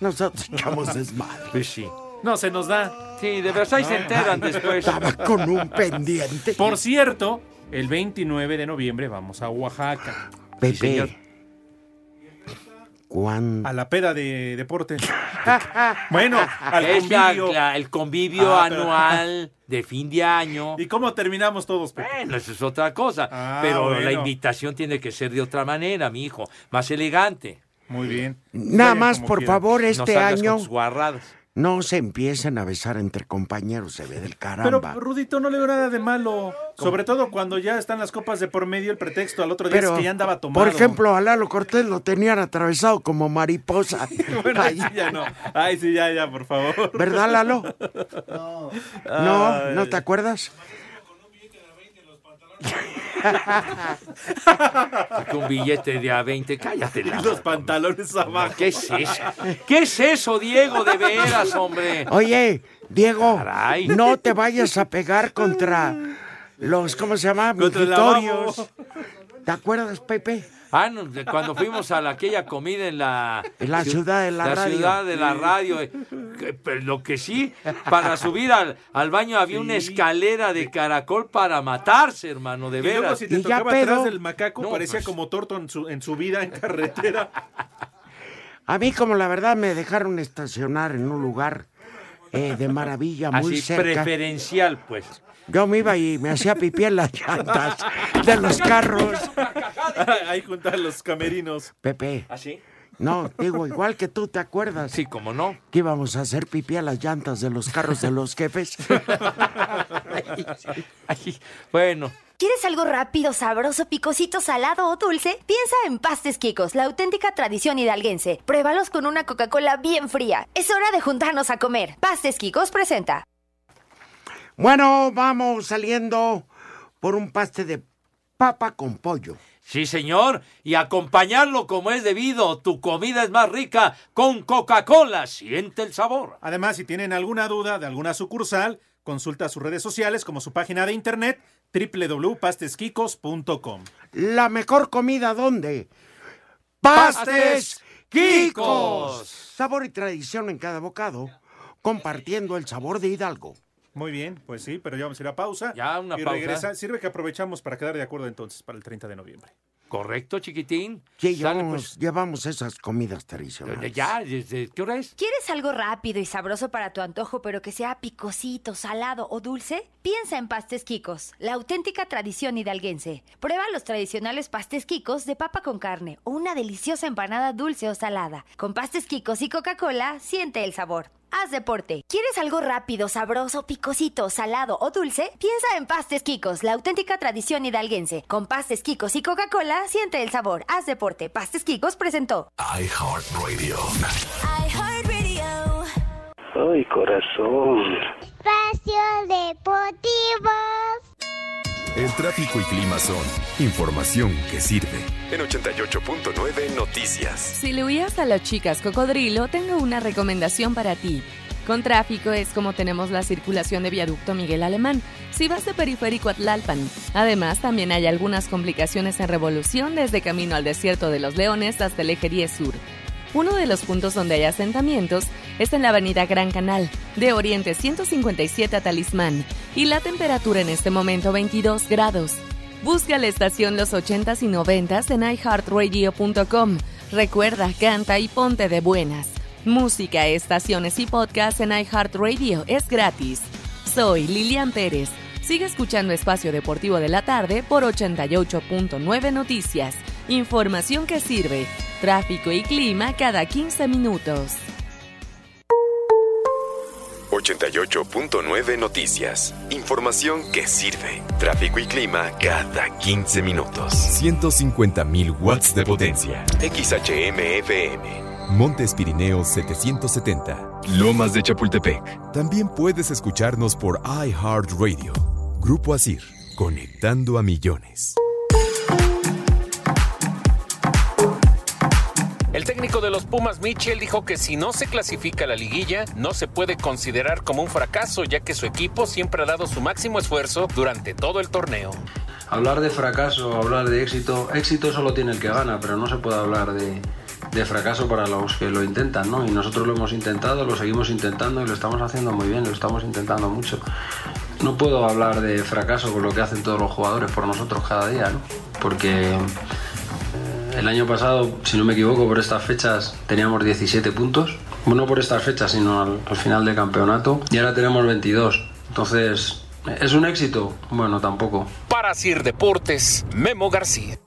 Speaker 3: nosotros echamos desmadre.
Speaker 5: Pues sí.
Speaker 4: No se nos da.
Speaker 5: Sí, de veras, ahí
Speaker 3: Ah.
Speaker 5: se enteran después.
Speaker 3: Estaba con un pendiente.
Speaker 4: Por cierto, el 29 de noviembre vamos a Oaxaca.
Speaker 3: Pepe,
Speaker 5: señor.
Speaker 3: ¿cuándo?
Speaker 4: A la peda de deportes. Bueno, al
Speaker 5: Es la-
Speaker 4: convivio.
Speaker 5: la- el convivio
Speaker 4: Ah, pero-
Speaker 5: anual de fin de año.
Speaker 4: ¿Y cómo terminamos todos, Pepe?
Speaker 5: Bueno, eso es otra cosa.
Speaker 4: Ah,
Speaker 5: pero
Speaker 4: bueno.
Speaker 5: la invitación tiene que ser de otra manera, mi hijo. Más elegante.
Speaker 4: Muy bien.
Speaker 3: Nada
Speaker 4: Vayan
Speaker 3: más,
Speaker 4: como
Speaker 3: por
Speaker 4: quieran.
Speaker 3: favor,
Speaker 5: no
Speaker 3: este
Speaker 5: salgas
Speaker 3: año
Speaker 5: Con tus guarradas.
Speaker 3: no se empiecen a besar entre compañeros, se ve del
Speaker 4: Pero
Speaker 3: caramba.
Speaker 4: Rudito no le veo nada de malo. Sobre todo cuando ya están las copas de por medio, el pretexto al otro día
Speaker 3: Pero,
Speaker 4: es que ya andaba tomado.
Speaker 3: por ejemplo, a Lalo Cortés lo tenían atravesado como mariposa.
Speaker 4: Bueno, ahí sí ya no. Ay, sí, ya, ya, por favor.
Speaker 3: ¿Verdad, Lalo? No. ¿No? ¿No te acuerdas?
Speaker 5: Sacó un billete de a 20. Cállate. la-
Speaker 4: Los pantalones abajo.
Speaker 5: ¿Qué es eso? ¿Qué es eso, Diego? De veras, hombre.
Speaker 3: Oye, Diego, no te vayas a pegar contra los, ¿cómo se llama?
Speaker 5: Contra el
Speaker 3: Mijitorios. ¿Te acuerdas, Pepe?
Speaker 5: Ah, no, de cuando fuimos a la- aquella comida en la...
Speaker 3: En la ciudad de la radio.
Speaker 5: ciudad de la radio. eh, que- pero Lo que sí, para subir al, al baño había una escalera de caracol para matarse, hermano, de
Speaker 4: Y luego
Speaker 5: veras. pues.
Speaker 4: si te tocaba atrás del macaco, parecía como torto en su, en su vida en carretera.
Speaker 3: A mí, como la verdad, me dejaron estacionar en un lugar eh, de maravilla, muy
Speaker 5: Así,
Speaker 3: cerca.
Speaker 5: preferencial, pues.
Speaker 3: Yo me iba y me hacía pipí en las llantas de los carros.
Speaker 4: Ahí juntan los camerinos.
Speaker 3: Pepe.
Speaker 5: ¿Así?
Speaker 3: Eh. No, digo, igual que tú te acuerdas.
Speaker 5: ¿Ah, Sí, cómo no.
Speaker 3: Que íbamos a hacer pipí a las llantas de los carros de los jefes.
Speaker 5: bueno.
Speaker 15: ¿Quieres algo rápido, sabroso, picosito, salado o dulce? Piensa en Pastes Quicos, la auténtica tradición hidalguense. Pruébalos con una Coca-Cola bien fría. Es hora de juntarnos a comer. Pastes Quicos presenta.
Speaker 3: Bueno, vamos saliendo por un paste de papa con pollo.
Speaker 5: Sí, señor, y acompañarlo como es debido. Tu comida es más rica con Coca-Cola. Siente el sabor.
Speaker 4: Además, si tienen alguna duda de alguna sucursal, consulta sus redes sociales como su página de internet www.pastesquicos.com.
Speaker 3: La mejor comida, ¿dónde? ¡Pastes Quicos! Sabor y tradición en cada bocado, compartiendo el sabor de Hidalgo.
Speaker 4: Muy bien, pues sí, pero ya vamos a ir a pausa.
Speaker 5: Ya, una
Speaker 4: y
Speaker 5: pausa.
Speaker 4: regresa- Sirve que aprovechamos para quedar de acuerdo entonces para el 30 de noviembre.
Speaker 5: Correcto, chiquitín. pues. Eh,
Speaker 3: Sí, llevamos, llevamos esas comidas tradicionales.
Speaker 5: Ya, desde- ¿qué hora es?
Speaker 15: ¿Quieres algo rápido y sabroso para tu antojo, pero que sea picosito, salado o dulce? Piensa en Pastes Quicos, la auténtica tradición hidalguense. Prueba los tradicionales pastes Quicos de papa con carne o una deliciosa empanada dulce o salada. Con Pastes Quicos y Coca-Cola, siente el sabor. Haz deporte. ¿Quieres algo rápido, sabroso, picosito, salado o dulce? Piensa en Pastes Quicos, la auténtica tradición hidalguense. Con Pastes Quicos y Coca-Cola, siente el sabor. Haz deporte. Pastes Quicos presentó.
Speaker 1: iHeartRadio.
Speaker 14: Ay, corazón.
Speaker 11: Espacio Deportivo.
Speaker 1: El tráfico y clima son información que sirve. En 88.9 Noticias.
Speaker 16: Si le huías a las chicas cocodrilo, tengo una recomendación para ti. Con tráfico es como tenemos la circulación de viaducto Miguel Alemán, si vas de periférico a Tlalpan. Además, también hay algunas complicaciones en revolución desde camino al desierto de los Leones hasta el Ejería Sur. Uno de los puntos donde hay asentamientos está en la avenida Gran Canal, de Oriente 157 a Talismán, y la temperatura en este momento 22 grados. Busca la estación Los 80s y 90s en iHeartRadio.com. Recuerda, canta y ponte de buenas. Música, estaciones y podcast en iHeartRadio es gratis. Soy Lilian Pérez. Sigue escuchando Espacio Deportivo de la Tarde por 88.9 Noticias. Información que sirve. Tráfico y clima cada 15 minutos.
Speaker 1: 88.9 Noticias. Información que sirve. Tráfico y clima cada 15 minutos. 150.000 watts de potencia.
Speaker 17: XHMFM.
Speaker 1: Montes Pirineos 770. Lomas de Chapultepec. También puedes escucharnos por iHeartRadio. Grupo Asir. Conectando a millones.
Speaker 18: El técnico de los Pumas, Mitchell, dijo que si no se clasifica a la liguilla, no se puede considerar como un fracaso, ya que su equipo siempre ha dado su máximo esfuerzo durante todo el torneo.
Speaker 19: Hablar de fracaso, hablar de éxito, éxito solo tiene el que gana, pero no se puede hablar de, de fracaso para los que lo intentan, ¿no? Y nosotros lo hemos intentado, lo seguimos intentando y lo estamos haciendo muy bien, lo estamos intentando mucho. No puedo hablar de fracaso con lo que hacen todos los jugadores por nosotros cada día, ¿no? Porque eh, el año pasado, si no me equivoco, por estas fechas teníamos 17 puntos. Bueno, por estas fechas, sino al, al final del campeonato. Y ahora tenemos 22. Entonces, ¿es un éxito? Bueno, tampoco.
Speaker 18: Para Sir Deportes, Memo García.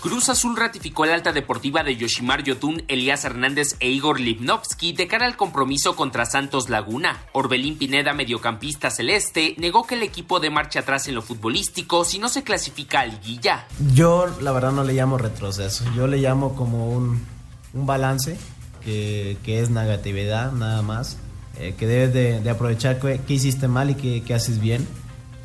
Speaker 20: Cruz Azul ratificó el alta deportiva de Yoshimar Yotun, Elías Hernández e Igor Lipnovsky de cara al compromiso contra Santos Laguna. Orbelín Pineda, mediocampista celeste, negó que el equipo de marcha atrás en lo futbolístico si no se clasifica a liguilla.
Speaker 21: Yo la verdad no le llamo retroceso, yo le llamo como un, un balance que, que es negatividad nada más, eh, que debes de, de aprovechar qué, qué hiciste mal y qué, qué haces bien.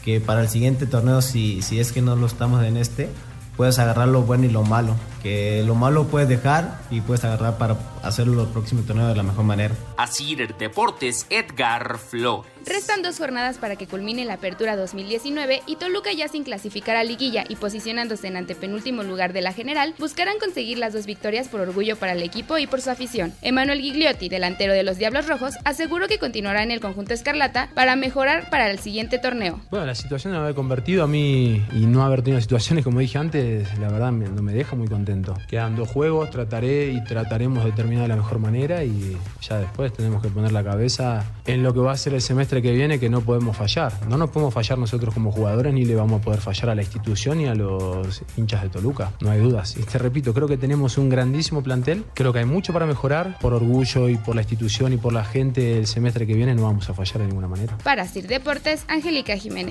Speaker 21: que para el siguiente torneo, si, si es que no lo estamos en este, puedes agarrar lo bueno y lo malo. Que lo malo puedes dejar y puedes agarrar para hacerlo el próximo torneo de la mejor manera.
Speaker 20: Así Deportes, Edgar Flores.
Speaker 22: Restan dos jornadas para que culmine la apertura 2019 y Toluca ya sin clasificar a liguilla y posicionándose en antepenúltimo lugar de la general, buscarán conseguir las dos victorias por orgullo para el equipo y por su afición. Emanuel Gigliotti, delantero de los Diablos Rojos, aseguró que continuará en el conjunto Escarlata para mejorar para el siguiente torneo.
Speaker 23: Bueno, la situación de haber convertido a mí y no haber tenido situaciones, como dije antes, la verdad me- no me deja muy contento. Quedan dos juegos, trataré y trataremos de terminar de la mejor manera y ya después tenemos que poner la cabeza en lo que va a ser el semestre que viene que no podemos fallar. No nos podemos fallar nosotros como jugadores ni le vamos a poder fallar a la institución ni a los hinchas de Toluca, no hay dudas. Y te repito, creo que tenemos un grandísimo plantel, creo que hay mucho para mejorar, por orgullo y por la institución y por la gente el semestre que viene no vamos a fallar de ninguna manera.
Speaker 22: Para Sir Deportes, Angélica Jiménez.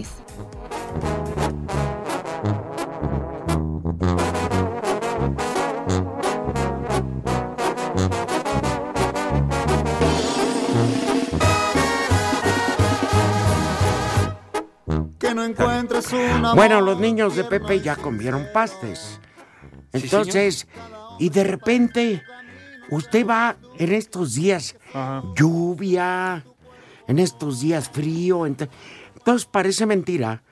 Speaker 2: Que no encuentres una.
Speaker 3: Bueno, los niños de Pepe ya comieron pastes.
Speaker 2: Sí,
Speaker 3: Entonces, y de repente, usted va en estos días lluvia, en estos días frío. ent- Entonces parece mentira,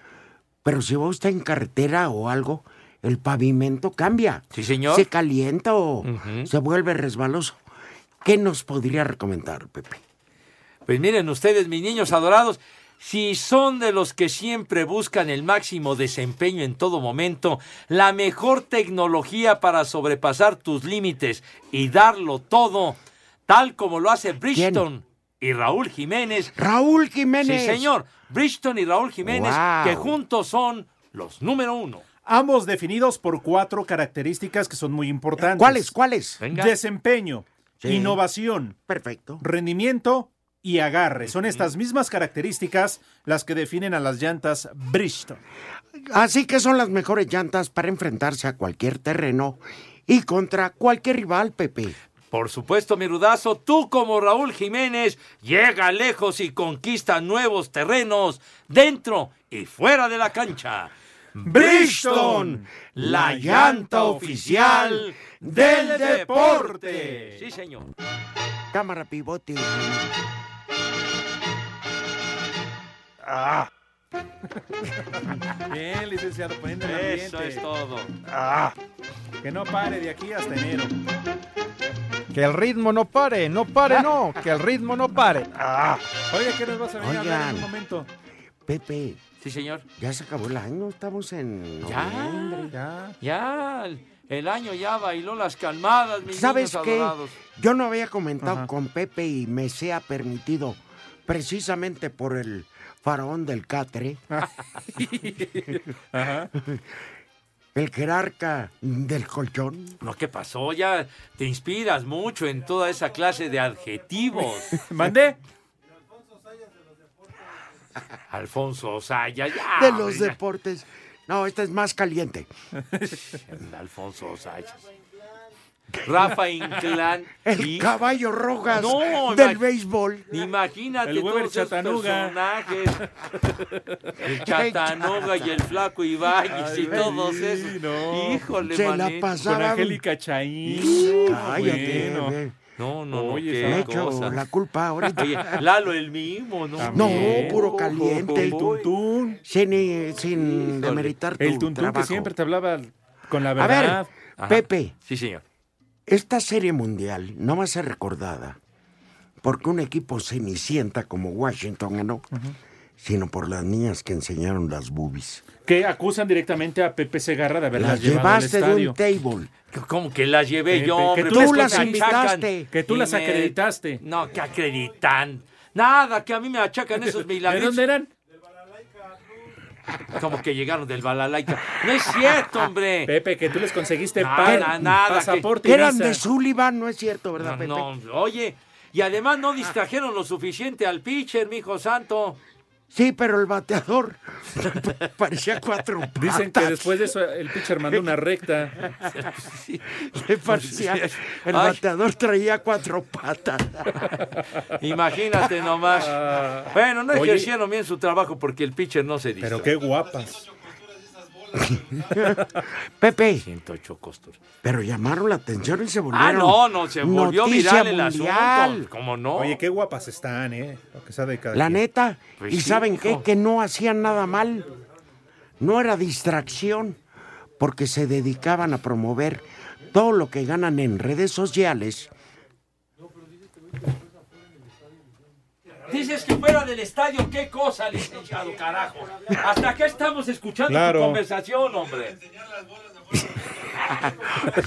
Speaker 3: pero si va usted en carretera o algo, el pavimento cambia.
Speaker 5: Sí, señor.
Speaker 3: Se calienta o
Speaker 5: Ujú.
Speaker 3: se vuelve resbaloso. ¿Qué nos podría recomendar, Pepe?
Speaker 5: Pues miren ustedes, mis niños adorados, si son de los que siempre buscan el máximo desempeño en todo momento, la mejor tecnología para sobrepasar tus límites y darlo todo, tal como lo hace Bridgestone y Raúl Jiménez.
Speaker 3: Raúl Jiménez.
Speaker 5: Sí, señor. Bridgestone y Raúl Jiménez,
Speaker 4: Wow.
Speaker 5: que juntos son los número uno.
Speaker 4: Ambos definidos por cuatro características que son muy importantes.
Speaker 3: ¿Cuáles? ¿Cuáles? Venga.
Speaker 4: Desempeño,
Speaker 3: Sí.
Speaker 4: innovación,
Speaker 3: perfecto,
Speaker 4: rendimiento y agarre. Son estas mismas características las que definen a las llantas Bridgestone.
Speaker 3: Así que son las mejores llantas para enfrentarse a cualquier terreno y contra cualquier rival, Pepe.
Speaker 5: Por supuesto, mi rudazo, tú como Raúl Jiménez llega lejos y conquista nuevos terrenos dentro y fuera de la cancha.
Speaker 3: Bridgestone,
Speaker 5: la llanta oficial del deporte. Sí, señor.
Speaker 3: Cámara pivote.
Speaker 4: Ah. Bien, licenciado, poniendo el ambiente.
Speaker 5: Eso es todo.
Speaker 4: Ah. Que no pare de aquí hasta enero.
Speaker 24: Que el ritmo no pare, no pare, no, que el ritmo no pare.
Speaker 3: Ah,
Speaker 4: Oye, ¿qué nos vas a venir a hablar en un
Speaker 3: Oigan.
Speaker 4: momento?
Speaker 3: Pepe,
Speaker 5: Sí, señor.
Speaker 3: ya se acabó el año, estamos en... noviembre.
Speaker 5: Ya, Ah, ya, el- El año ya bailó las calmadas, mis
Speaker 3: ¿Sabes
Speaker 5: niños
Speaker 3: qué?
Speaker 5: adorados.
Speaker 3: Yo no había comentado con Pepe y me sea permitido, precisamente por el faraón del Catre, el jerarca del colchón.
Speaker 5: No, ¿qué pasó? Ya te inspiras mucho en toda esa clase de adjetivos.
Speaker 4: ¿Mandé?
Speaker 5: Alfonso Osaya, ya.
Speaker 3: de los
Speaker 5: Ah, hombre,
Speaker 3: deportes. No, este es más caliente.
Speaker 5: ya. Alfonso Osaya. Rafa Inclán.
Speaker 3: El
Speaker 5: y-
Speaker 3: caballo rojas
Speaker 5: No,
Speaker 3: del
Speaker 5: imag-
Speaker 3: béisbol.
Speaker 5: Imagínate
Speaker 4: El Weber
Speaker 5: todos esos
Speaker 4: Chatanuga.
Speaker 5: personajes. El Chatanuga y el Flaco Ibáñez y todos esos. Híjole,
Speaker 3: Se la
Speaker 5: mané.
Speaker 3: pasaban.
Speaker 4: Con Angélica Chaín.
Speaker 3: Cállate,
Speaker 4: bueno.
Speaker 3: ve.
Speaker 5: No, no, no,
Speaker 4: Oye,
Speaker 3: Me
Speaker 5: qué
Speaker 3: echo
Speaker 5: cosa.
Speaker 3: la culpa ahorita.
Speaker 5: Oye, Lalo el mismo, ¿no?
Speaker 3: No,
Speaker 5: También.
Speaker 3: puro caliente.
Speaker 4: El tuntún.
Speaker 3: Sin, eh, sin demeritar tu
Speaker 4: El tuntún
Speaker 3: trabajo.
Speaker 4: que siempre te hablaba con la
Speaker 3: A ver,
Speaker 4: verdad.
Speaker 5: Ajá.
Speaker 3: Pepe,
Speaker 5: Sí, señor.
Speaker 3: esta serie mundial no va a ser recordada porque un equipo cenicienta como Washington ganó, sino por las niñas que enseñaron las boobies.
Speaker 4: Que acusan directamente a Pepe Segarra de haberlas
Speaker 3: Las
Speaker 4: llevado al
Speaker 3: llevaste de
Speaker 4: estadio.
Speaker 3: un table.
Speaker 5: ¿Cómo que las llevé
Speaker 4: Pepe,
Speaker 5: yo? hombre?
Speaker 4: que
Speaker 3: tú
Speaker 5: Pues
Speaker 3: las
Speaker 5: me
Speaker 3: invitaste.
Speaker 5: achacan
Speaker 4: Que tú
Speaker 5: y
Speaker 4: las
Speaker 5: me-
Speaker 4: acreditaste.
Speaker 5: No, que acreditan. Nada, que a mí me achacan esos
Speaker 4: ¿De
Speaker 5: milagros.
Speaker 4: dónde eran?
Speaker 5: Como que llegaron del balalaika. No es cierto, hombre.
Speaker 4: Pepe, que tú les conseguiste
Speaker 3: Ah,
Speaker 5: Nada,
Speaker 4: pa-
Speaker 5: nada, que-
Speaker 4: pasaporte y
Speaker 3: Eran
Speaker 4: visa.
Speaker 3: de Sullivan, no es cierto,
Speaker 5: Ah,
Speaker 3: ¿verdad, Pepe?
Speaker 5: No, oye, y además no distrajeron lo suficiente al pitcher, mijo santo.
Speaker 3: Sí, pero el bateador parecía cuatro patas.
Speaker 10: Dicen que después de eso el pitcher mandó una recta.
Speaker 3: Le parecía- ah, el
Speaker 5: Ay.
Speaker 3: bateador traía cuatro patas.
Speaker 5: Imagínate nomás. Bueno, no
Speaker 3: Oye.
Speaker 5: ejercieron bien su trabajo porque el pitcher no se dice. Pero qué
Speaker 4: guapas.
Speaker 3: Pepe.
Speaker 5: 108 costos.
Speaker 3: Pero llamaron la atención y se volvieron.
Speaker 5: Ah, no, no, se volvió
Speaker 3: noticia
Speaker 5: viral el
Speaker 3: mundial.
Speaker 5: asunto. ¿Cómo no?
Speaker 4: Oye, qué guapas están, ¿eh? Lo que sea de cada
Speaker 3: La
Speaker 4: quien.
Speaker 3: neta.
Speaker 4: Pues
Speaker 3: y
Speaker 4: sí,
Speaker 3: ¿saben qué?
Speaker 4: hijo.
Speaker 3: Que no hacían nada mal. No era distracción. Porque se dedicaban a promover todo lo que ganan en redes sociales.
Speaker 5: Dices que fuera del estadio, qué cosa, licenciado, carajo. Hasta acá estamos escuchando
Speaker 3: Claro.
Speaker 5: tu conversación, hombre.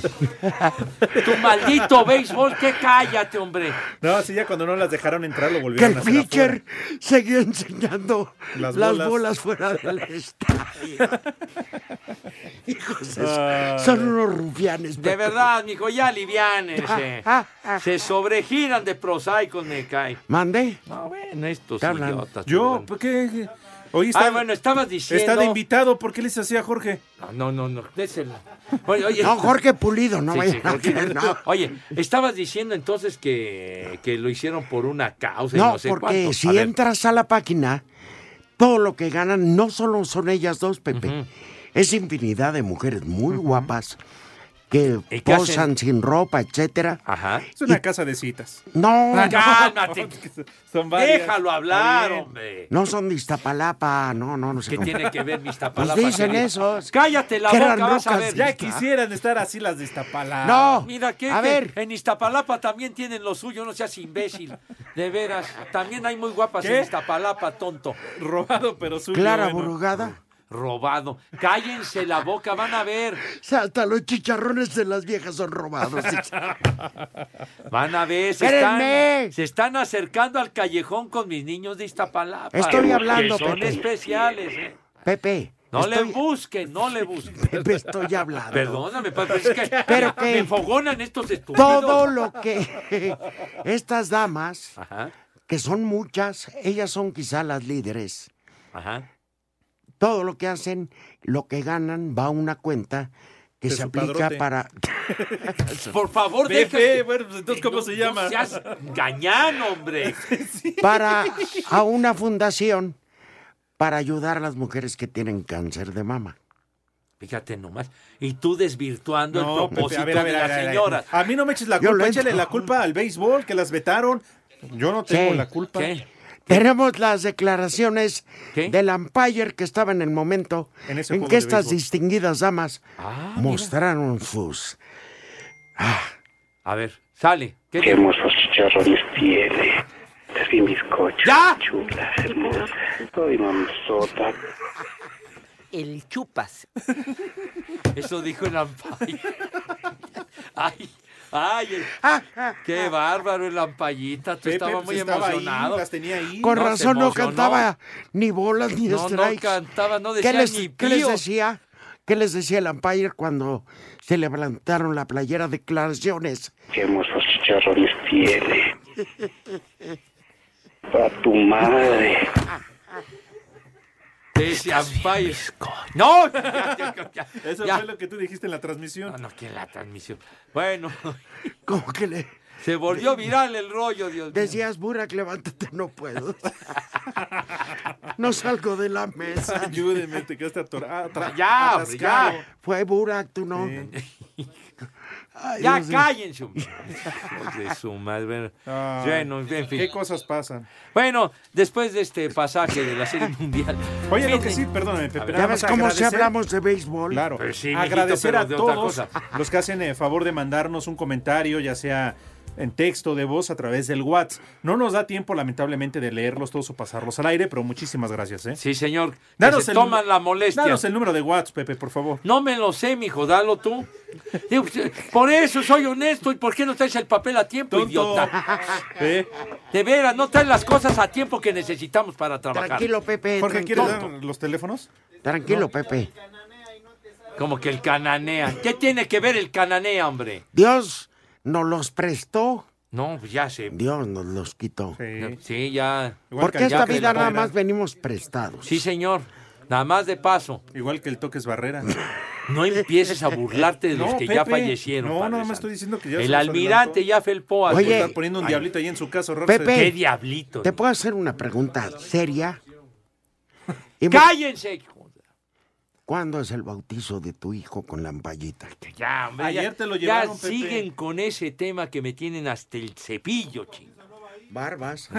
Speaker 5: tu maldito béisbol, que cállate, hombre.
Speaker 4: No, sí, ya cuando no las dejaron entrar lo
Speaker 3: Que
Speaker 4: volvieron
Speaker 3: el
Speaker 4: a hacer afuera.
Speaker 3: pitcher seguía enseñando las
Speaker 4: Las
Speaker 3: bolas,
Speaker 4: bolas.
Speaker 3: fuera del estadio. Hijos, de su-
Speaker 5: Ah.
Speaker 3: son unos rufianes.
Speaker 5: De
Speaker 3: Pepe.
Speaker 5: verdad, mijo, ya aliviánense.
Speaker 3: Ah, ah, ah.
Speaker 5: Se sobregiran de prosaicos, me cae.
Speaker 3: ¿Mandé?
Speaker 5: No, bueno, estos
Speaker 3: Está hablando.
Speaker 5: idiotas.
Speaker 4: Yo, ¿por qué? Oye,
Speaker 5: Ah, bueno, estabas diciendo-
Speaker 4: Está de invitado, ¿por qué le hacía a Jorge?
Speaker 5: Ah, No, no, no, déselo. Oye, oye.
Speaker 3: No, Jorge Pulido, no
Speaker 5: Sí,
Speaker 3: vaya
Speaker 5: sí,
Speaker 3: a
Speaker 5: Jorge.
Speaker 3: creer, no.
Speaker 5: Oye, estabas diciendo entonces que, que lo hicieron por una causa y
Speaker 3: No,
Speaker 5: no sé
Speaker 3: porque
Speaker 5: cuánto. A
Speaker 3: si
Speaker 5: ver,
Speaker 3: entras a la página, todo lo que ganan no solo son ellas dos, Pepe. Es infinidad de mujeres muy guapas que
Speaker 4: ¿Y qué
Speaker 3: posan
Speaker 4: hacen?
Speaker 3: sin ropa, etcétera.
Speaker 4: Es una casa de citas.
Speaker 3: No,
Speaker 4: Ah,
Speaker 5: ¿ah? cálmate.
Speaker 4: Son varias.
Speaker 5: Déjalo hablar,
Speaker 4: Está bien.
Speaker 5: hombre.
Speaker 3: no son de Iztapalapa, no, no, no sé
Speaker 5: ¿Qué
Speaker 3: cómo.
Speaker 5: tiene que ver mi
Speaker 3: Pues
Speaker 5: Iztapalapa?
Speaker 3: dicen
Speaker 5: querido?
Speaker 3: esos.
Speaker 5: Cállate la
Speaker 3: que
Speaker 5: boca,
Speaker 3: eran
Speaker 5: vas a
Speaker 3: rocas
Speaker 5: ver.
Speaker 3: de
Speaker 4: Ya
Speaker 3: Izta-
Speaker 4: quisieran estar así las de Iztapalapa.
Speaker 3: No.
Speaker 5: Ah, Mira, que,
Speaker 3: A
Speaker 5: que
Speaker 3: ver.
Speaker 5: en Iztapalapa también tienen lo suyo, no seas imbécil. De veras, también hay muy guapas
Speaker 4: ¿Qué?
Speaker 5: en Iztapalapa, tonto.
Speaker 4: Robado, pero suyo.
Speaker 3: Clara
Speaker 4: bueno.
Speaker 3: Burugada.
Speaker 5: Robado. Cállense la boca, van a ver.
Speaker 3: O sea, hasta los chicharrones de las viejas son robados.
Speaker 5: Van a ver, se
Speaker 3: Espérenme.
Speaker 5: están, se están acercando al callejón con mis niños de Iztapalapa.
Speaker 3: Estoy
Speaker 5: Que
Speaker 3: hablando,
Speaker 5: Son
Speaker 3: Pepe.
Speaker 5: especiales, ¿eh?
Speaker 3: Pepe,
Speaker 5: No
Speaker 3: estoy,
Speaker 5: le busquen, no le busquen.
Speaker 3: Pepe, estoy hablando.
Speaker 5: Perdóname, padre, es que
Speaker 3: Pero que-
Speaker 5: me enfogonan estos estúpidos.
Speaker 3: Todo lo que estas damas, que son muchas, ellas son quizá las líderes.
Speaker 5: Ajá.
Speaker 3: Todo lo que hacen, lo que ganan, va a una cuenta que
Speaker 4: De
Speaker 3: se
Speaker 4: su
Speaker 3: aplica
Speaker 4: padrote.
Speaker 3: para...
Speaker 5: Por favor,
Speaker 4: Ve,
Speaker 5: deja que-
Speaker 4: ve, bueno, pues, entonces, ¿cómo
Speaker 5: No-
Speaker 4: se llama?
Speaker 5: No seas gañán, hombre.
Speaker 3: para a una fundación para ayudar a las mujeres que tienen cáncer de mama.
Speaker 5: Fíjate nomás. Y tú desvirtuando
Speaker 4: No,
Speaker 5: el propósito
Speaker 4: Pepe, a ver, a ver, a
Speaker 5: de las
Speaker 4: ver, a ver.
Speaker 5: señoras.
Speaker 4: A mí no me eches la
Speaker 3: Yo
Speaker 4: culpa,
Speaker 3: lo
Speaker 4: échale
Speaker 3: entro.
Speaker 4: la culpa al béisbol que las vetaron. Yo no tengo
Speaker 3: Sí.
Speaker 4: la culpa.
Speaker 3: ¿Qué? Tenemos las declaraciones del umpire que estaba en el momento
Speaker 4: En
Speaker 3: en,
Speaker 4: ese juego
Speaker 3: que
Speaker 4: de
Speaker 3: estas
Speaker 4: béisbol.
Speaker 3: distinguidas damas
Speaker 5: Ah, mira.
Speaker 3: mostraron sus...
Speaker 5: A ver, sale. ¿Qué
Speaker 14: Qué hermosos chicharrones tiene. Es bien bizcocho.
Speaker 5: ¡Ya!
Speaker 14: Chula, hermosa. Ay, mamzota.
Speaker 8: El chupas.
Speaker 5: Eso dijo el ampay. Ay, ay, el-
Speaker 3: Ah,
Speaker 5: qué bárbaro el ampayita. Tú
Speaker 4: Pepe,
Speaker 5: estabas
Speaker 4: pues,
Speaker 5: muy
Speaker 4: estaba ahí,
Speaker 5: emocionado.
Speaker 4: las tenía ahí.
Speaker 3: Con
Speaker 5: No, se
Speaker 3: razón no
Speaker 5: emocionó.
Speaker 3: cantaba ni bolas ni
Speaker 5: No, no
Speaker 3: strikes.
Speaker 5: cantaba, no
Speaker 3: ¿Qué
Speaker 5: decía
Speaker 3: les,
Speaker 5: ni
Speaker 3: qué les
Speaker 5: pío.
Speaker 3: decía? ¿Qué les decía el umpire cuando se levantaron la playera declaraciones?
Speaker 14: Qué hermosos chicharrones tiene. A tu madre.
Speaker 5: Ese ampay. No,
Speaker 4: Eso
Speaker 5: Ya.
Speaker 4: fue lo que tú dijiste en la transmisión.
Speaker 5: No, no, que en la transmisión. Bueno,
Speaker 3: Como que le
Speaker 5: se volvió viral el rollo, Dios mío.
Speaker 3: decías, Burak, levántate, no puedo. no salgo de la mesa.
Speaker 4: Ayúdeme, te quedaste ah, atorado.
Speaker 5: Ya, hombre, ya.
Speaker 3: Fue Burak, tú no. Ay,
Speaker 5: Ya
Speaker 3: Dios mío.
Speaker 5: cállense. hombre. Hijos de su madre. Bueno, bueno, en
Speaker 4: Ah,
Speaker 5: fin.
Speaker 4: ¿Qué cosas pasan?
Speaker 5: Bueno, después de este pasaje de la Serie Mundial.
Speaker 4: Oye, lo que
Speaker 5: Disney-
Speaker 4: sí, perdóname, Pepe.
Speaker 3: ¿Ya ves cómo si hablamos de béisbol?
Speaker 4: Claro,
Speaker 5: Pues sí, mijito,
Speaker 4: agradecer
Speaker 5: pero
Speaker 4: a
Speaker 5: de otra
Speaker 4: todos
Speaker 5: cosa.
Speaker 4: los que hacen el favor de mandarnos un comentario, ya sea en texto, de voz, a través del WhatsApp. No nos da tiempo, lamentablemente, de leerlos todos o pasarlos al aire, pero muchísimas gracias. ¿eh?
Speaker 5: Sí, señor.
Speaker 4: Danos
Speaker 5: que se
Speaker 4: el-
Speaker 5: toman la molestia.
Speaker 4: Danos el número de WhatsApp, Pepe, por favor.
Speaker 5: No me lo sé, mijo, dalo tú. Digo, Por eso soy honesto. ¿Y por qué no traes el papel a tiempo,
Speaker 4: Tonto.
Speaker 5: idiota?
Speaker 4: ¿Eh?
Speaker 5: De veras, no traes las cosas a tiempo que necesitamos para trabajar.
Speaker 3: Tranquilo, Pepe.
Speaker 4: Jorge, ¿quieres
Speaker 3: tranquilo.
Speaker 4: dar los teléfonos?
Speaker 3: Tranquilo, Pepe.
Speaker 5: Como que el cananea. ¿Qué tiene que ver el cananea, hombre?
Speaker 3: Dios nos los prestó
Speaker 5: No, pues ya se.
Speaker 3: Dios nos los quitó.
Speaker 5: Sí, ya.
Speaker 3: Porque
Speaker 5: ya
Speaker 3: esta
Speaker 5: que
Speaker 3: vida
Speaker 5: la
Speaker 3: nada
Speaker 5: barrera.
Speaker 3: más venimos prestados.
Speaker 5: Sí, señor. Nada más de paso.
Speaker 4: Igual que el toques barrera.
Speaker 5: No empieces a burlarte de los
Speaker 4: No,
Speaker 5: que ya
Speaker 4: Pepe.
Speaker 5: fallecieron.
Speaker 4: No,
Speaker 5: padre
Speaker 4: no, me
Speaker 5: santo.
Speaker 4: estoy diciendo que ya se
Speaker 5: El
Speaker 4: nos
Speaker 5: almirante ya felpó a
Speaker 3: Oye,
Speaker 4: Está poniendo un diablito ahí en su casa, horror.
Speaker 3: Pepe.
Speaker 5: Qué diablito.
Speaker 3: ¿Te puedo hacer una pregunta seria? Hemos-
Speaker 5: ¡Cállense! hijo!
Speaker 3: ¿Cuándo es el bautizo de tu hijo con lampallita?
Speaker 5: Ya, hombre,
Speaker 4: Ayer
Speaker 5: ya-
Speaker 4: te lo
Speaker 5: ya
Speaker 4: llevaron, Pepe.
Speaker 5: siguen con ese tema que me tienen hasta el cepillo, chingo.
Speaker 3: Barbas.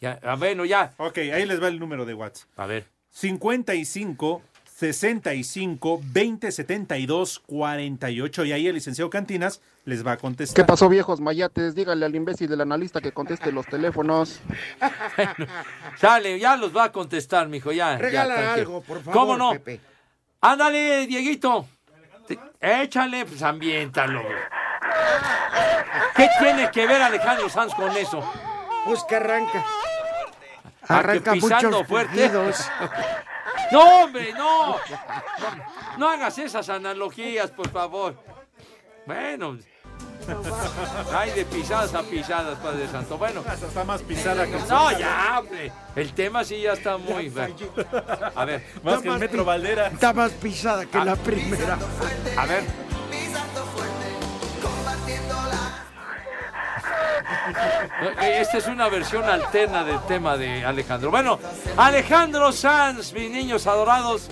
Speaker 5: Ya, ah, bueno, ya.
Speaker 4: Ok, ahí les va el número de WhatsApp.
Speaker 5: A ver.
Speaker 4: 55 65 20 72 48 y ahí el licenciado Cantinas les va a contestar.
Speaker 13: ¿Qué pasó, viejos mayates? Dígale al imbécil del analista que conteste los teléfonos.
Speaker 5: Sale, ya los va a contestar, mijo, ya. ya,
Speaker 13: Regala
Speaker 5: tranquilo.
Speaker 13: algo, por favor,
Speaker 5: ¿Cómo no?
Speaker 13: Pepe.
Speaker 5: Ándale, Dieguito. Te- Échale, pues ambiéntalo. ¿Qué tiene que ver Alejandro Sanz con eso?
Speaker 3: Pues que arranca.
Speaker 5: Ah,
Speaker 3: Arranca
Speaker 5: que pisando
Speaker 3: muchos
Speaker 5: fuerte.
Speaker 3: fugidos.
Speaker 5: No, hombre, no. No hagas esas analogías, por favor. Bueno. Ay, de pisadas a pisadas, Padre Santo. Bueno.
Speaker 4: Está más pisada que
Speaker 5: No, ya, hombre. El tema sí ya está muy... A ver.
Speaker 4: Más que el Metro Valdera.
Speaker 3: Está más pisada
Speaker 5: Ah,
Speaker 3: que la primera.
Speaker 5: A ver. Eh, Esta es una versión alterna del tema de Alejandro. Bueno, Alejandro Sanz, mis niños adorados.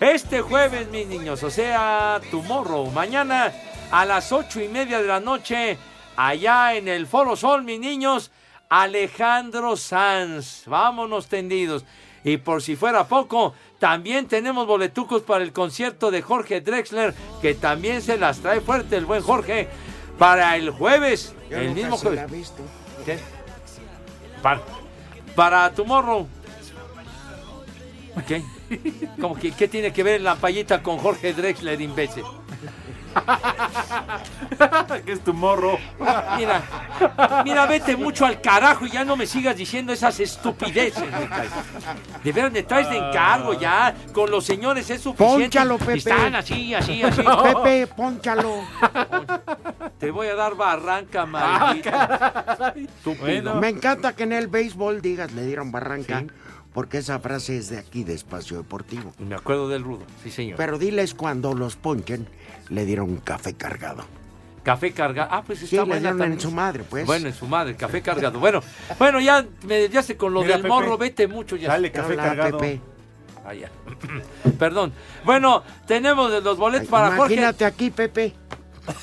Speaker 5: Este jueves, mis niños, o sea, tomorrow, mañana a las ocho y media de la noche, allá en el Foro Sol, mis niños, Alejandro Sanz. Vámonos tendidos. Y por si fuera poco, también tenemos boletucos para el concierto de Jorge Drexler, que también se las trae fuerte el buen Jorge, para el jueves,
Speaker 3: Yo
Speaker 5: el
Speaker 3: nunca
Speaker 5: mismo
Speaker 3: se
Speaker 5: jueves.
Speaker 3: la he visto.
Speaker 5: ¿Qué? Para, para Tomorrow. ¿Qué? ¿Cómo que, ¿Qué tiene que ver la payita con Jorge Drexler, imbécil?
Speaker 4: que es tu morro.
Speaker 5: Mira, mira, vete mucho al carajo y ya no me sigas diciendo esas estupideces. me traes. De veras, me traes de
Speaker 4: Ah.
Speaker 5: encargo ya. Con los señores es suficiente.
Speaker 3: Pónchalo, Pepe.
Speaker 5: Están así, así, así.
Speaker 3: Pepe, pónchalo.
Speaker 5: Te voy a dar barranca,
Speaker 4: Ah,
Speaker 5: maldito. Estúpido.
Speaker 3: Me encanta que en el béisbol digas, le dieron barranca, porque esa frase es de aquí, de Espacio Deportivo.
Speaker 5: Me acuerdo del rudo, sí, señor.
Speaker 3: Pero diles cuando los ponchen, le dieron café cargado.
Speaker 5: Café cargado. Ah, pues
Speaker 3: Sí,
Speaker 5: está
Speaker 3: le
Speaker 5: buena
Speaker 3: dieron en
Speaker 5: también.
Speaker 3: su madre, pues.
Speaker 5: Bueno, en su madre, café cargado. Bueno, bueno, ya me desviaste con lo
Speaker 4: Mira,
Speaker 5: del
Speaker 4: Pepe.
Speaker 5: morro, vete mucho ya.
Speaker 4: Dale, café
Speaker 3: Habla,
Speaker 4: cargado.
Speaker 3: Pepe.
Speaker 5: Ah, ya. Perdón. Bueno, tenemos de los boletos para
Speaker 3: Imagínate aquí, Pepe.
Speaker 5: Jorge.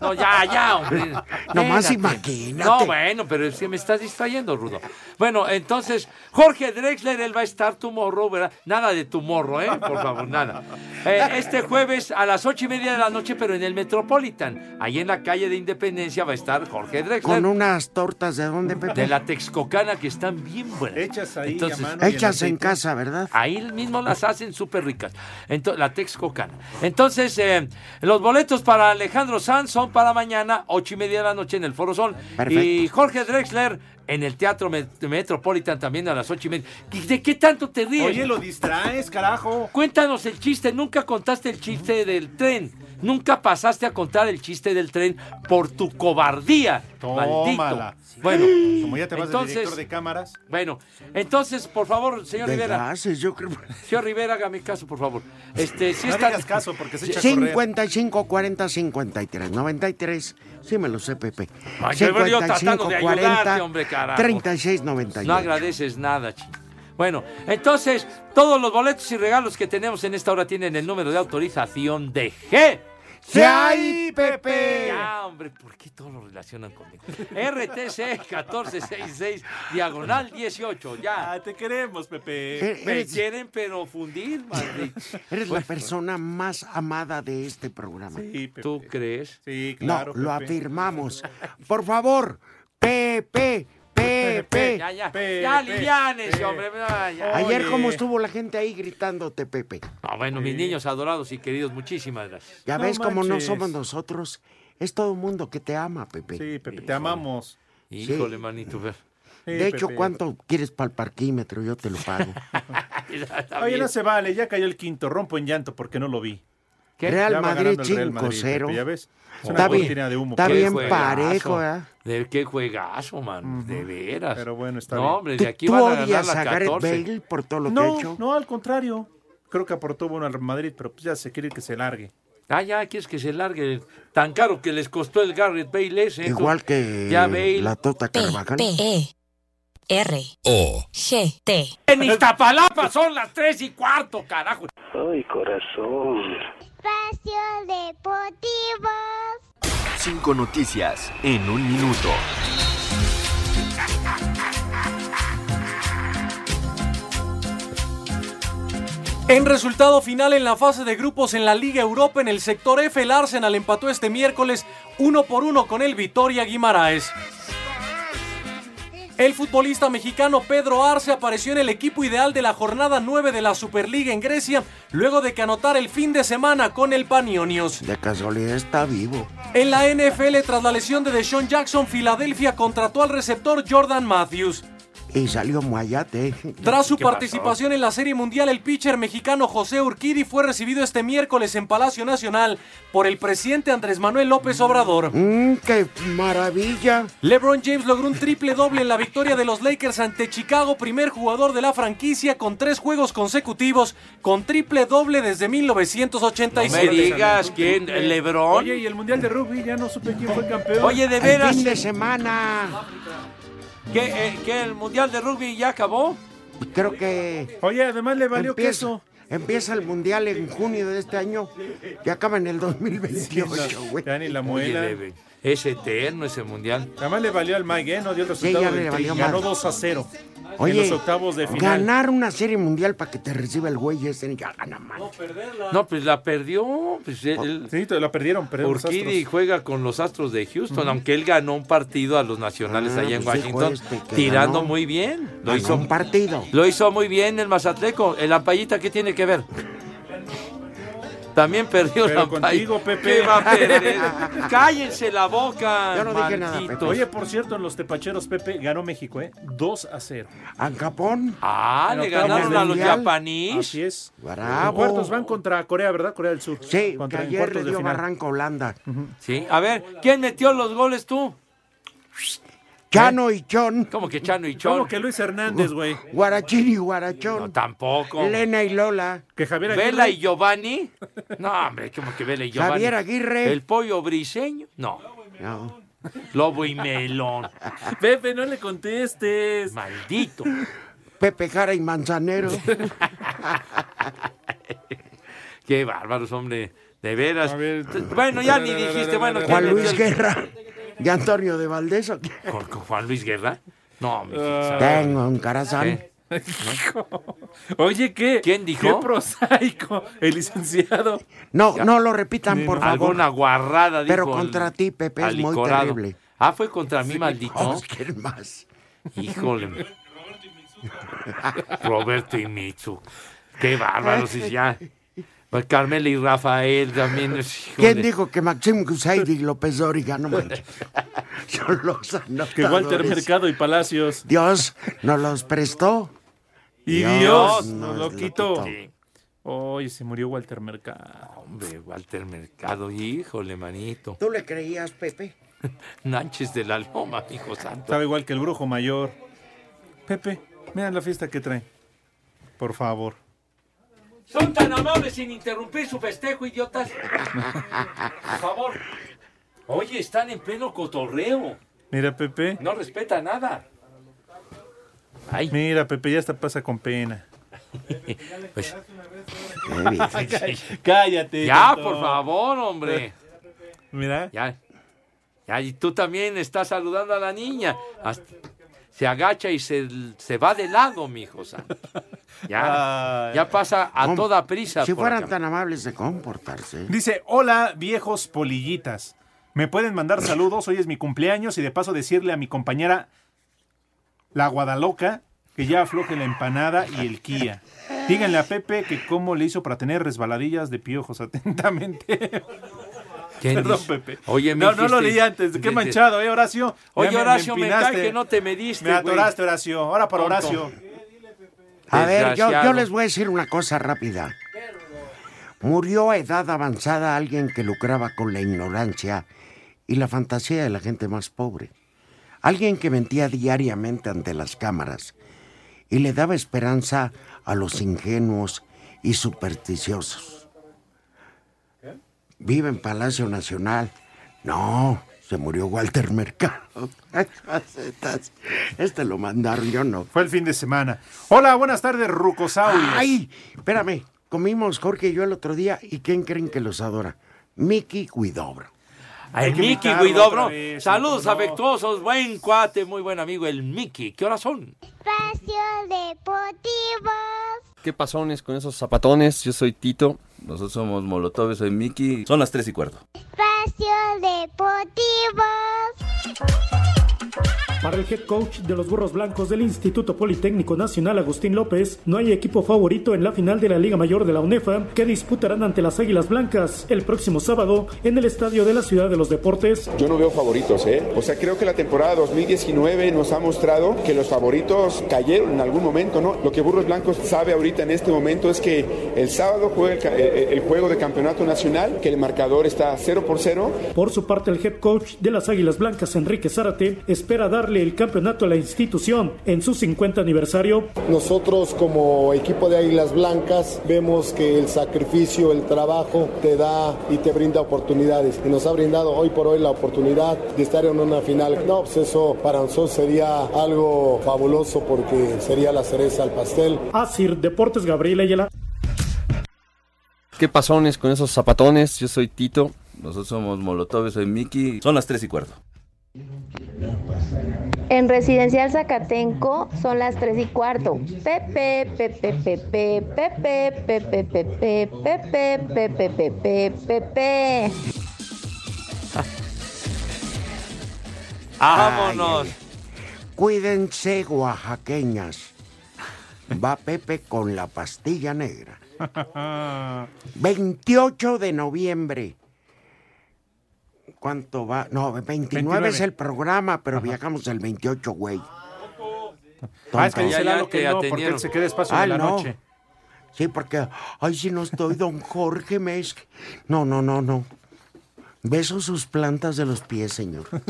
Speaker 5: No, ya, ya, hombre.
Speaker 3: Nomás
Speaker 5: Espérate.
Speaker 3: imagínate.
Speaker 5: No, bueno, pero es que me estás distrayendo, Rudo. Bueno, entonces, Jorge Drexler, él va a estar tu morro, ¿verdad? Nada de tu morro, ¿eh? Por favor, nada. Eh, este jueves a las ocho y media de la noche, pero en el Metropolitan. Ahí en la calle de Independencia va a estar Jorge Drexler.
Speaker 3: Con unas tortas, ¿de dónde, Pepe?
Speaker 5: De la Texcocana que están bien buenas.
Speaker 4: Hechas ahí,
Speaker 5: Entonces,
Speaker 4: a mano y
Speaker 3: Hechas en
Speaker 4: aceite.
Speaker 3: casa, ¿verdad?
Speaker 5: Ahí mismo las hacen súper ricas. Ento- la Texcocana. Entonces, eh, los boletos para Alejandro Sanz son para mañana, ocho y media de la noche en el Foro Sol.
Speaker 3: Perfecto.
Speaker 5: Y Jorge Drexler en el Teatro Met- Metropolitan también a las ocho y media. ¿Y ¿De qué tanto te ríes?
Speaker 4: Oye, lo distraes, carajo.
Speaker 5: Cuéntanos el chiste. Nunca contaste el chiste del tren. Nunca pasaste a contar el chiste del tren por tu cobardía.
Speaker 4: Tómala.
Speaker 5: Maldito. Bueno,
Speaker 4: Como ya te vas
Speaker 5: entonces,
Speaker 4: de director de cámaras.
Speaker 5: bueno, entonces, por favor, señor
Speaker 3: De
Speaker 5: Rivera.
Speaker 3: gases, yo creo.
Speaker 5: Señor Rivera, hágame caso, por favor. Este, si
Speaker 4: No
Speaker 5: está...
Speaker 4: hagas caso porque se echa a correr.
Speaker 3: 55 40 53 93. Sí me lo sé, Pepe.
Speaker 5: Ay, yo venía tratando de ayudarte, hombre, carajo.
Speaker 3: 36
Speaker 5: No
Speaker 3: 98.
Speaker 5: agradeces nada, chico. Bueno, entonces, todos los boletos y regalos que tenemos en esta hora tienen el número de autorización de G.
Speaker 3: ¡Sí hay, Pepe!
Speaker 5: Ya, hombre, ¿por qué todos lo relacionan conmigo? RTC 1466, diagonal 18, ya.
Speaker 4: Ah, te queremos, Pepe.
Speaker 3: Eh,
Speaker 5: Me
Speaker 3: eres-
Speaker 5: quieren pero fundir, maldito.
Speaker 3: Eres la persona más amada de este programa.
Speaker 4: Sí, Pepe.
Speaker 5: ¿Tú crees?
Speaker 4: Sí,
Speaker 3: no,
Speaker 4: claro.
Speaker 3: lo
Speaker 4: Pepe.
Speaker 3: afirmamos. Por favor, Pepe, Pepe.
Speaker 5: Ya, ya.
Speaker 4: Pepe,
Speaker 5: ya, aliviánese,
Speaker 4: Pepe.
Speaker 5: hombre. ya, ya.
Speaker 3: Ayer
Speaker 4: Oye.
Speaker 3: cómo estuvo la gente ahí gritándote, Pepe.
Speaker 5: Ah, bueno, mis niños adorados y queridos, muchísimas gracias.
Speaker 3: Ya
Speaker 4: No
Speaker 3: ves cómo no
Speaker 4: manches.
Speaker 3: somos nosotros. Es todo el mundo que te ama, Pepe.
Speaker 4: Sí, Pepe, te amamos.
Speaker 5: Híjole, manito. ver.
Speaker 4: Sí,
Speaker 3: de hecho,
Speaker 4: Pepe.
Speaker 3: ¿cuánto quieres para el parquímetro? Yo te lo pago.
Speaker 5: Está
Speaker 4: Oye,
Speaker 5: bien.
Speaker 4: no se vale, ya cayó el quinto. Rompo en llanto porque no lo vi. ¿Qué? Ya
Speaker 3: Real
Speaker 4: va
Speaker 3: Madrid
Speaker 4: ganando el Real Madrid,
Speaker 3: 5-0.
Speaker 4: Pepe, ya ves. Es una
Speaker 3: Está bien,
Speaker 4: cortina de humo.
Speaker 3: está
Speaker 4: Qué
Speaker 3: bien
Speaker 4: juegazo.
Speaker 3: parejo, ¿eh?
Speaker 5: De qué juegazo, man. De veras.
Speaker 4: Pero bueno, está
Speaker 5: no,
Speaker 4: bien.
Speaker 5: hombre,
Speaker 4: ¿Tú-
Speaker 5: de aquí
Speaker 3: ¿Tú
Speaker 5: van a ganar
Speaker 3: odias
Speaker 5: la
Speaker 3: a Gareth
Speaker 5: 14.
Speaker 3: Bale por todo lo que ha
Speaker 4: No,
Speaker 3: hecho?
Speaker 4: no, al contrario. Creo que aportó bueno al Madrid, pero pues ya se quiere que se largue.
Speaker 5: Ah, ya, quieres que se largue. Tan caro que les costó el Garrett Bale ese. entonces,
Speaker 3: Igual que
Speaker 5: Ya Bale.
Speaker 3: la Tota Carvajal.
Speaker 6: R
Speaker 5: O.
Speaker 6: G T
Speaker 5: En Iztapalapa son las tres y cuarto, carajo.
Speaker 14: Ay, corazón.
Speaker 11: Espacio Deportivo.
Speaker 17: Cinco noticias en un minuto.
Speaker 9: En resultado final en la fase de grupos en la Liga Europa en el sector F, el Arsenal empató este miércoles 1 por 1 con el Vitoria Guimaraes. El futbolista mexicano Pedro Arce apareció en el equipo ideal de la jornada 9 de la Superliga en Grecia, luego de que anotara el fin de semana con el Panionios.
Speaker 3: De casualidad está vivo.
Speaker 9: En la NFL, tras la lesión de Deshaun Jackson, Filadelfia contrató al receptor Jordan Matthews.
Speaker 3: Y salió Mayate.
Speaker 9: Tras su participación en la Serie Mundial, el pitcher mexicano José Urquidi fue recibido este miércoles en Palacio Nacional por el presidente Andrés Manuel López Obrador.
Speaker 3: Mm, ¡Qué maravilla!
Speaker 9: LeBron James logró un triple doble en la victoria de los Lakers ante Chicago, primer jugador de la franquicia con tres juegos consecutivos con triple doble desde 1987.
Speaker 5: No me digas quién, LeBron.
Speaker 4: Oye, y el Mundial de Rugby, ya no supe quién fue campeón.
Speaker 5: Oye, de veras.
Speaker 3: fin de semana.
Speaker 5: ¿Qué, eh, qué, el Mundial de Rugby ya acabó?
Speaker 3: Creo que.
Speaker 4: Oye, además le
Speaker 5: valió
Speaker 3: empieza,
Speaker 5: queso.
Speaker 3: Empieza el mundial en junio de este año y acaba en el 2028, güey.
Speaker 4: Ya ni la muela.
Speaker 5: Oye, Leve, es eterno ese mundial.
Speaker 4: Además le valió al Mike, ¿eh? No dio el
Speaker 3: Sí,
Speaker 4: resultado
Speaker 3: ya
Speaker 4: del
Speaker 3: le
Speaker 4: tri.
Speaker 3: valió
Speaker 4: Ganó
Speaker 3: madre.
Speaker 4: 2 a 0 en
Speaker 3: Oye,
Speaker 4: los octavos de final.
Speaker 3: ganar una serie mundial para que te reciba el güey ese ya gana más.
Speaker 5: No, pues la perdió. Pues el,
Speaker 4: Sí, la perdieron, perdieron los
Speaker 5: Urquidi
Speaker 4: Astros.
Speaker 5: juega con los Astros de Houston,
Speaker 4: Ujú.
Speaker 5: aunque él ganó un partido a los Nacionales
Speaker 3: Ah,
Speaker 5: allá en
Speaker 3: pues dijo
Speaker 5: Washington,
Speaker 3: este que
Speaker 5: tirando
Speaker 3: ganó.
Speaker 5: muy bien. Lo
Speaker 3: Ganó
Speaker 5: hizo,
Speaker 3: un partido.
Speaker 5: lo hizo muy bien el Mazatleco. El Ampayita, ¿qué tiene que ver? También perdió el
Speaker 4: Pero
Speaker 5: Ampay.
Speaker 4: contigo, Pepe.
Speaker 5: ¿Qué va a perder? Cállense la boca.
Speaker 4: Yo no dije nada,
Speaker 5: malditos.
Speaker 4: Pepe. Oye, por cierto, en los tepacheros, Pepe, ganó México, ¿eh? 2 a 0.
Speaker 3: ¿A Japón?
Speaker 5: Ah,
Speaker 4: En
Speaker 5: le
Speaker 4: octavos
Speaker 5: ganaron
Speaker 4: del
Speaker 5: a los
Speaker 4: Mundial.
Speaker 5: japonís.
Speaker 4: Así es.
Speaker 3: Bravo.
Speaker 4: En cuartos van contra Corea, ¿verdad? Corea del Sur.
Speaker 3: Sí, que
Speaker 4: contra en
Speaker 3: ayer le
Speaker 4: cuartos de
Speaker 3: dio
Speaker 4: final.
Speaker 3: barranco a Holanda.
Speaker 5: Sí, a ver, ¿quién metió los goles tú? ¿Eh?
Speaker 3: Chano y Chon.
Speaker 5: ¿Cómo que Chano y Chon?
Speaker 4: ¿Cómo que Luis Hernández, güey?
Speaker 3: Guarachín y Guarachón.
Speaker 5: No, tampoco.
Speaker 3: Elena y Lola.
Speaker 4: Que Javier Aguirre.
Speaker 5: ¿Vela y Giovanni? No, hombre, ¿cómo que Vela y Giovanni?
Speaker 3: Javier Aguirre.
Speaker 5: ¿El pollo briseño? No.
Speaker 3: No.
Speaker 5: Lobo y melón.
Speaker 10: Pepe, no le contestes.
Speaker 5: Maldito.
Speaker 3: Pepe Jara y Manzanero.
Speaker 5: Qué bárbaros, hombre. De veras. Bueno, ya ni dijiste, bueno. ¿quién
Speaker 3: Juan
Speaker 5: metió
Speaker 3: Luis
Speaker 5: el-
Speaker 3: Guerra. Y Antonio de Valdés. ¿o qué?
Speaker 5: ¿Con, con Juan Luis Guerra? No, mi
Speaker 10: Ah.
Speaker 3: Tengo un carazán.
Speaker 10: Oye, ¿qué?
Speaker 5: ¿Quién dijo?
Speaker 10: Qué prosaico, el licenciado.
Speaker 3: No, no lo repitan,
Speaker 10: Sí,
Speaker 3: por
Speaker 10: no.
Speaker 3: favor.
Speaker 5: Alguna guarrada, dijo.
Speaker 3: Pero
Speaker 5: el
Speaker 3: contra ti, Pepe, es muy
Speaker 5: alicorado.
Speaker 3: terrible.
Speaker 5: Ah, fue contra mí, maldito.
Speaker 3: Oh, ¿quién más?
Speaker 5: Híjole. Roberto y Mitsu. Qué bárbaros, y ya. Pues Carmela y Rafael también. híjole.
Speaker 3: ¿Quién dijo que Maxim Gusaidi y López Dóriga no manches? Son los anotadores.
Speaker 10: Que Walter Mercado y Palacios.
Speaker 3: Dios nos los prestó.
Speaker 10: Y Dios,
Speaker 3: nos
Speaker 10: nos lo
Speaker 3: los
Speaker 10: quitó. Oye, se murió Walter Mercado.
Speaker 5: Hombre, Walter Mercado, híjole, manito.
Speaker 3: ¿Tú le creías, Pepe?
Speaker 5: Nanches de la Loma, hijo santo.
Speaker 4: Estaba igual que el brujo mayor. Pepe, miren la fiesta que trae. Por favor.
Speaker 5: Son tan amables sin interrumpir su festejo, idiotas. Por favor. Oye, están en pleno cotorreo.
Speaker 4: Mira, Pepe.
Speaker 5: No respeta nada.
Speaker 4: Mira, Pepe, ya está pasa con pena.
Speaker 5: Pues-
Speaker 3: eh,
Speaker 4: Cállate.
Speaker 5: Ya,
Speaker 4: tonto.
Speaker 5: por favor, hombre.
Speaker 4: Mira.
Speaker 5: Ya. Ya, y tú también estás saludando a la niña. Hasta- se agacha y se, se va de lado, mi hijo santo. Ya, ya pasa a
Speaker 3: Hombre,
Speaker 5: toda prisa.
Speaker 3: Si
Speaker 5: por
Speaker 3: fueran
Speaker 5: acá.
Speaker 3: tan amables de comportarse.
Speaker 4: Dice, hola viejos polillitas. ¿Me pueden mandar saludos? Hoy es mi cumpleaños y de paso decirle a mi compañera, la Guadaloca, que ya afloje la empanada y el Kia. Díganle a Pepe que cómo le hizo para tener resbaladillas de piojos atentamente.
Speaker 5: ¿Quién
Speaker 4: Perdón,
Speaker 5: dice?
Speaker 4: Pepe.
Speaker 5: Oye, me
Speaker 4: no, no lo
Speaker 5: dijiste-
Speaker 4: leí antes.
Speaker 5: de-
Speaker 4: Qué
Speaker 5: de-
Speaker 4: manchado, ¿eh, Horacio?
Speaker 5: Oye,
Speaker 4: Ya
Speaker 5: Horacio, me
Speaker 4: empinaste.
Speaker 5: cae que no te mediste,
Speaker 4: Me
Speaker 5: güey.
Speaker 4: atoraste, Horacio. Ahora para
Speaker 5: Tonto.
Speaker 4: Horacio.
Speaker 3: A ver, yo, yo
Speaker 5: Desgraciado.
Speaker 3: les voy a decir una cosa rápida. Murió a edad avanzada alguien que lucraba con la ignorancia y la fantasía de la gente más pobre. Alguien que mentía diariamente ante las cámaras y le daba esperanza a los ingenuos y supersticiosos. Vive en Palacio Nacional. No, se murió Walter Mercado. Este lo mandaron, yo no.
Speaker 4: Fue el fin de semana. Hola, buenas tardes, Rucosaurios.
Speaker 3: Ay, espérame. Comimos Jorge y yo el otro día y ¿quién creen que los adora? Mickey Guidobro.
Speaker 5: Ay, El Miki Guidobro. Saludos afectuosos, buen cuate, muy buen amigo, el Miki. ¿Qué horas son?
Speaker 11: Espacio Deportivo.
Speaker 14: ¿Qué pasones con esos zapatones? Yo soy Tito. Nosotros somos Molotov, yo soy Mickey. Son las tres y cuarto.
Speaker 11: Espacio Deportivo.
Speaker 12: Para el head coach de los Burros Blancos del Instituto Politécnico Nacional, Agustín López, no hay equipo favorito en la final de la Liga Mayor de la UNEFA que disputarán ante las Águilas Blancas el próximo sábado en el Estadio de la Ciudad de los Deportes.
Speaker 25: Yo no veo favoritos, ¿eh? O sea, creo que la temporada 2019 nos ha mostrado que los favoritos cayeron en algún momento, ¿no? Lo que Burros Blancos sabe ahorita en este momento es que el sábado juega el, ca- eh, el juego de campeonato nacional, que el marcador está 0 por 0.
Speaker 12: Por su parte, el head coach de las Águilas Blancas, Enrique Zárate, espera darle el campeonato a la institución en su 50 aniversario.
Speaker 26: Nosotros como equipo de Águilas Blancas vemos que el sacrificio, el trabajo te da y te brinda oportunidades. Y nos ha brindado hoy por hoy la oportunidad de estar en una final. No, pues eso para nosotros sería algo fabuloso porque sería la cereza al pastel.
Speaker 12: Asir Deportes, Gabriel Ayala.
Speaker 14: ¿Qué pasones con esos zapatones? Yo soy Tito. Nosotros somos Molotov, yo soy Mickey. Son las tres y cuarto.
Speaker 7: En Residencial Zacatenco son las 3 y cuarto. Pepe, pepe, pepe, pepe, pepe, pepe, pepe, pepe, pepe, pepe.
Speaker 5: Vámonos.
Speaker 3: Ay, ay. Cuídense, oaxaqueñas. Va Pepe con la pastilla negra. 28 de noviembre. ¿Cuánto va? No, 29,
Speaker 4: 29.
Speaker 3: es el programa, pero viajamos el 28, güey.
Speaker 4: Ah, es que
Speaker 3: Tonto.
Speaker 4: dice Lalo que no, porque él se queda espacio
Speaker 3: Ah,
Speaker 4: de la
Speaker 3: no.
Speaker 4: noche.
Speaker 3: Sí, porque, ay, si no estoy, don Jorge me es... No, no, no, no. Beso sus plantas de los pies, señor.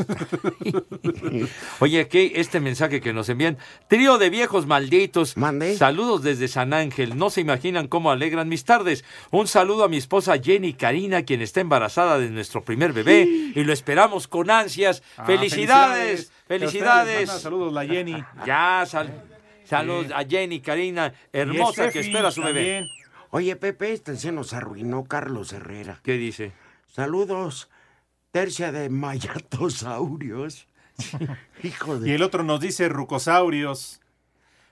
Speaker 5: Oye, que este mensaje que nos envían. Trío de viejos malditos. Saludos desde San Ángel. No se imaginan cómo alegran mis tardes. Un saludo a mi esposa Jenny Karina, quien está embarazada de nuestro primer bebé y lo esperamos con ansias.
Speaker 4: Ah,
Speaker 5: felicidades,
Speaker 4: felicidades.
Speaker 5: felicidades.
Speaker 4: Manda saludos, la Jenny.
Speaker 5: Ya, sal- saludos a Jenny Karina, hermosa que espera a su bebé.
Speaker 3: Oye, Pepe, este se nos arruinó Carlos Herrera.
Speaker 5: ¿Qué dice?
Speaker 3: Saludos, tercia de mayatosaurios. Hijo de...
Speaker 4: Y el otro nos dice Rucosaurios.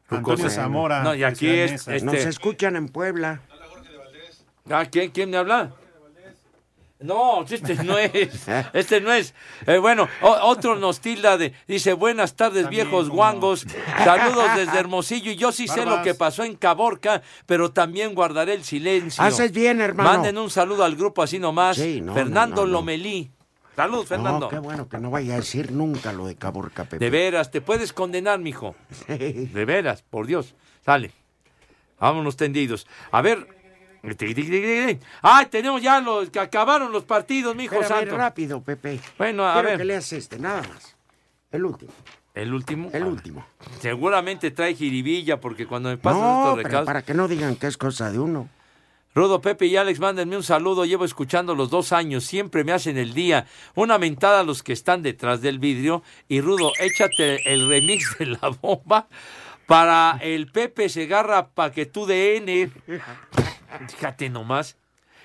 Speaker 4: Antonio
Speaker 3: Rucosaurios.
Speaker 4: Zamora.
Speaker 3: No, y
Speaker 4: de
Speaker 3: aquí
Speaker 4: Ciudad
Speaker 3: es-
Speaker 4: Neza.
Speaker 3: este- Nos escuchan en Puebla.
Speaker 5: Ah, ¿quién, quién me habla? No, este no es. Este no es. Eh, bueno, o- otro nos tilda de. Dice, buenas tardes, viejos guangos. Saludos desde Hermosillo. Y yo sí sé lo
Speaker 3: Barbas.
Speaker 5: que pasó en Caborca, pero también guardaré el silencio.
Speaker 3: Haces Ah, bien, hermano.
Speaker 5: Manden un saludo al grupo así nomás.
Speaker 3: Sí, no,
Speaker 5: Fernando
Speaker 3: no, no, no.
Speaker 5: Lomelí. Saludos, Fernando.
Speaker 3: No, Oh, qué bueno que no vaya a decir nunca lo de Caborca, Pepe.
Speaker 5: De veras, te puedes condenar, mijo. De veras, por Dios. Sale. Vámonos tendidos. A ver. Tic, tic, tic, tic, tic. Ah, tenemos ya los que acabaron los partidos, mijo
Speaker 3: Pero a ver,
Speaker 5: santo.
Speaker 3: rápido, Pepe.
Speaker 5: Bueno, a
Speaker 3: Quiero
Speaker 5: ver.
Speaker 3: que leas este, nada más. El último.
Speaker 5: ¿El último? Ah.
Speaker 3: El último.
Speaker 5: Seguramente trae jiribilla porque cuando me pasan
Speaker 3: No,
Speaker 5: estos
Speaker 3: pero
Speaker 5: recados.
Speaker 3: para que no digan que es cosa de uno.
Speaker 5: Rodo, Pepe y Alex, mándenme un saludo. Llevo escuchando los dos años. Siempre me hacen el día. Una mentada a los que están detrás del vidrio. Y Rudo, échate el remix de la bomba para el Pepe Segarra pa' que tú DN. Fíjate nomás.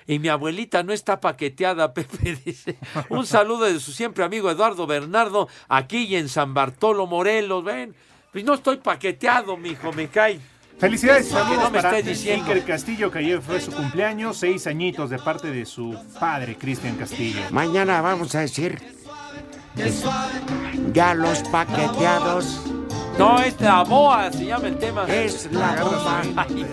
Speaker 5: Y mi abuelita no está paqueteada, Pepe dice. Un saludo de su siempre amigo Eduardo Bernardo, aquí y en San Bartolo, Morelos. Ven, pues no estoy paqueteado, mijo, me cae.
Speaker 4: Felicidades,
Speaker 5: Para que
Speaker 4: saludos
Speaker 5: no me
Speaker 4: para
Speaker 5: estés diciendo.
Speaker 4: Iker Castillo, que ayer fue su cumpleaños, seis añitos de parte de su padre, Cristian Castillo.
Speaker 3: Mañana vamos a decir. Ya los paqueteados.
Speaker 5: No, es la boa, se llama el tema.
Speaker 3: Es la boa.
Speaker 5: Ay,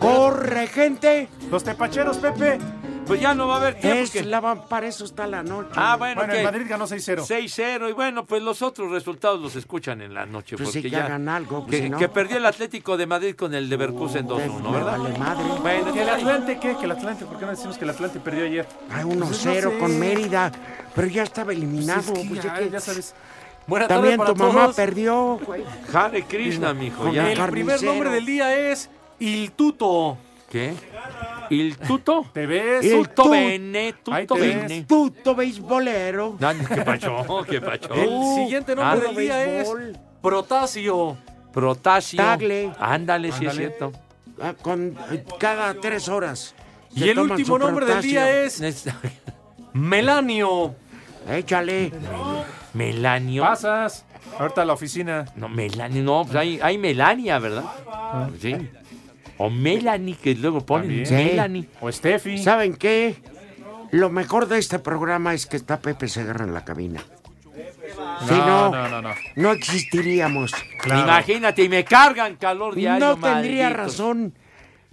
Speaker 3: Corre, gente.
Speaker 4: Los tepacheros, Pepe.
Speaker 5: Pues ya no va a haber tiempo.
Speaker 3: Es
Speaker 5: que-
Speaker 3: la van- para eso está la noche.
Speaker 5: Ah, bueno,
Speaker 3: Bueno,
Speaker 5: que-
Speaker 3: el Madrid ganó 6-0.
Speaker 5: 6-0, y bueno, pues los otros resultados los escuchan en la noche.
Speaker 3: Pues sí,
Speaker 5: porque
Speaker 3: que
Speaker 5: ya
Speaker 3: hagan algo, pues,
Speaker 5: que,
Speaker 3: si no.
Speaker 5: que perdió el Atlético de Madrid con el Leverkusen 2-1, ¿verdad?
Speaker 4: Bueno, ¿que el Atlante qué? ¿Que el Atlante? ¿Por qué no decimos que el Atlante perdió ayer? Pues
Speaker 3: Hay 1-0
Speaker 9: Pues
Speaker 4: sé.
Speaker 3: con Mérida, pero ya estaba eliminado.
Speaker 4: Pues es que
Speaker 3: pues,
Speaker 4: ya,
Speaker 3: ¿qué?
Speaker 4: ya sabes.
Speaker 9: Buena tarde
Speaker 3: También
Speaker 9: para
Speaker 3: tu mamá
Speaker 9: todos.
Speaker 3: perdió, güey.
Speaker 5: Hare Krishna, mijo, ya.
Speaker 9: El primer nombre del día es Iltuto.
Speaker 5: ¿Qué? ¿Il tuto?
Speaker 4: ¿Te ves?
Speaker 9: Il
Speaker 5: tuto
Speaker 9: tu-
Speaker 5: bene,
Speaker 9: Ahí
Speaker 5: tuto
Speaker 9: te ves.
Speaker 5: bene.
Speaker 3: Puto beisbolero. Uh,
Speaker 5: Ah, ¿Qué pacho? ¿Qué pacho?
Speaker 9: El siguiente nombre
Speaker 5: Ah,
Speaker 9: del día
Speaker 3: béisbol.
Speaker 9: es Protasio.
Speaker 5: Protasio.
Speaker 3: Tagle.
Speaker 5: Ándale, sí es
Speaker 3: Ándale.
Speaker 5: cierto.
Speaker 3: Ah, con, eh, cada tres horas.
Speaker 9: Y el último nombre del día es Melanio.
Speaker 3: Échale.
Speaker 5: Melanio.
Speaker 4: Pasas. Ahorita a la oficina.
Speaker 5: No, Melania, no, pues hay, hay Melania, ¿verdad?
Speaker 4: Ah.
Speaker 5: Sí. O Melanie, que luego ponen. Melanie.
Speaker 4: O Steffi.
Speaker 3: ¿Saben qué? Lo mejor de este programa es que está Pepe Segarra en la cabina. Si no,
Speaker 4: no, no, no.
Speaker 3: no existiríamos.
Speaker 5: Imagínate, y me cargan calor diario.
Speaker 3: No tendría
Speaker 5: malditos.
Speaker 3: razón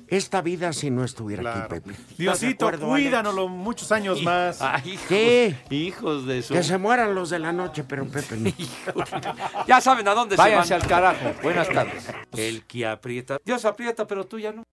Speaker 3: esta vida si no estuviera aquí, Pepe. ¿Estás de
Speaker 4: Diosito,
Speaker 3: acuerdo, Alex?
Speaker 4: cuídanoslo muchos años más.
Speaker 5: Ay, hijos,
Speaker 3: ¿Qué?
Speaker 5: hijos de su.
Speaker 3: Que se mueran los de la noche, pero Pepe no.
Speaker 5: Ya saben a dónde
Speaker 3: Váyanse
Speaker 5: se van.
Speaker 3: al
Speaker 5: carajo. Buenas tardes. El que aprieta. Dios aprieta, pero tú ya no.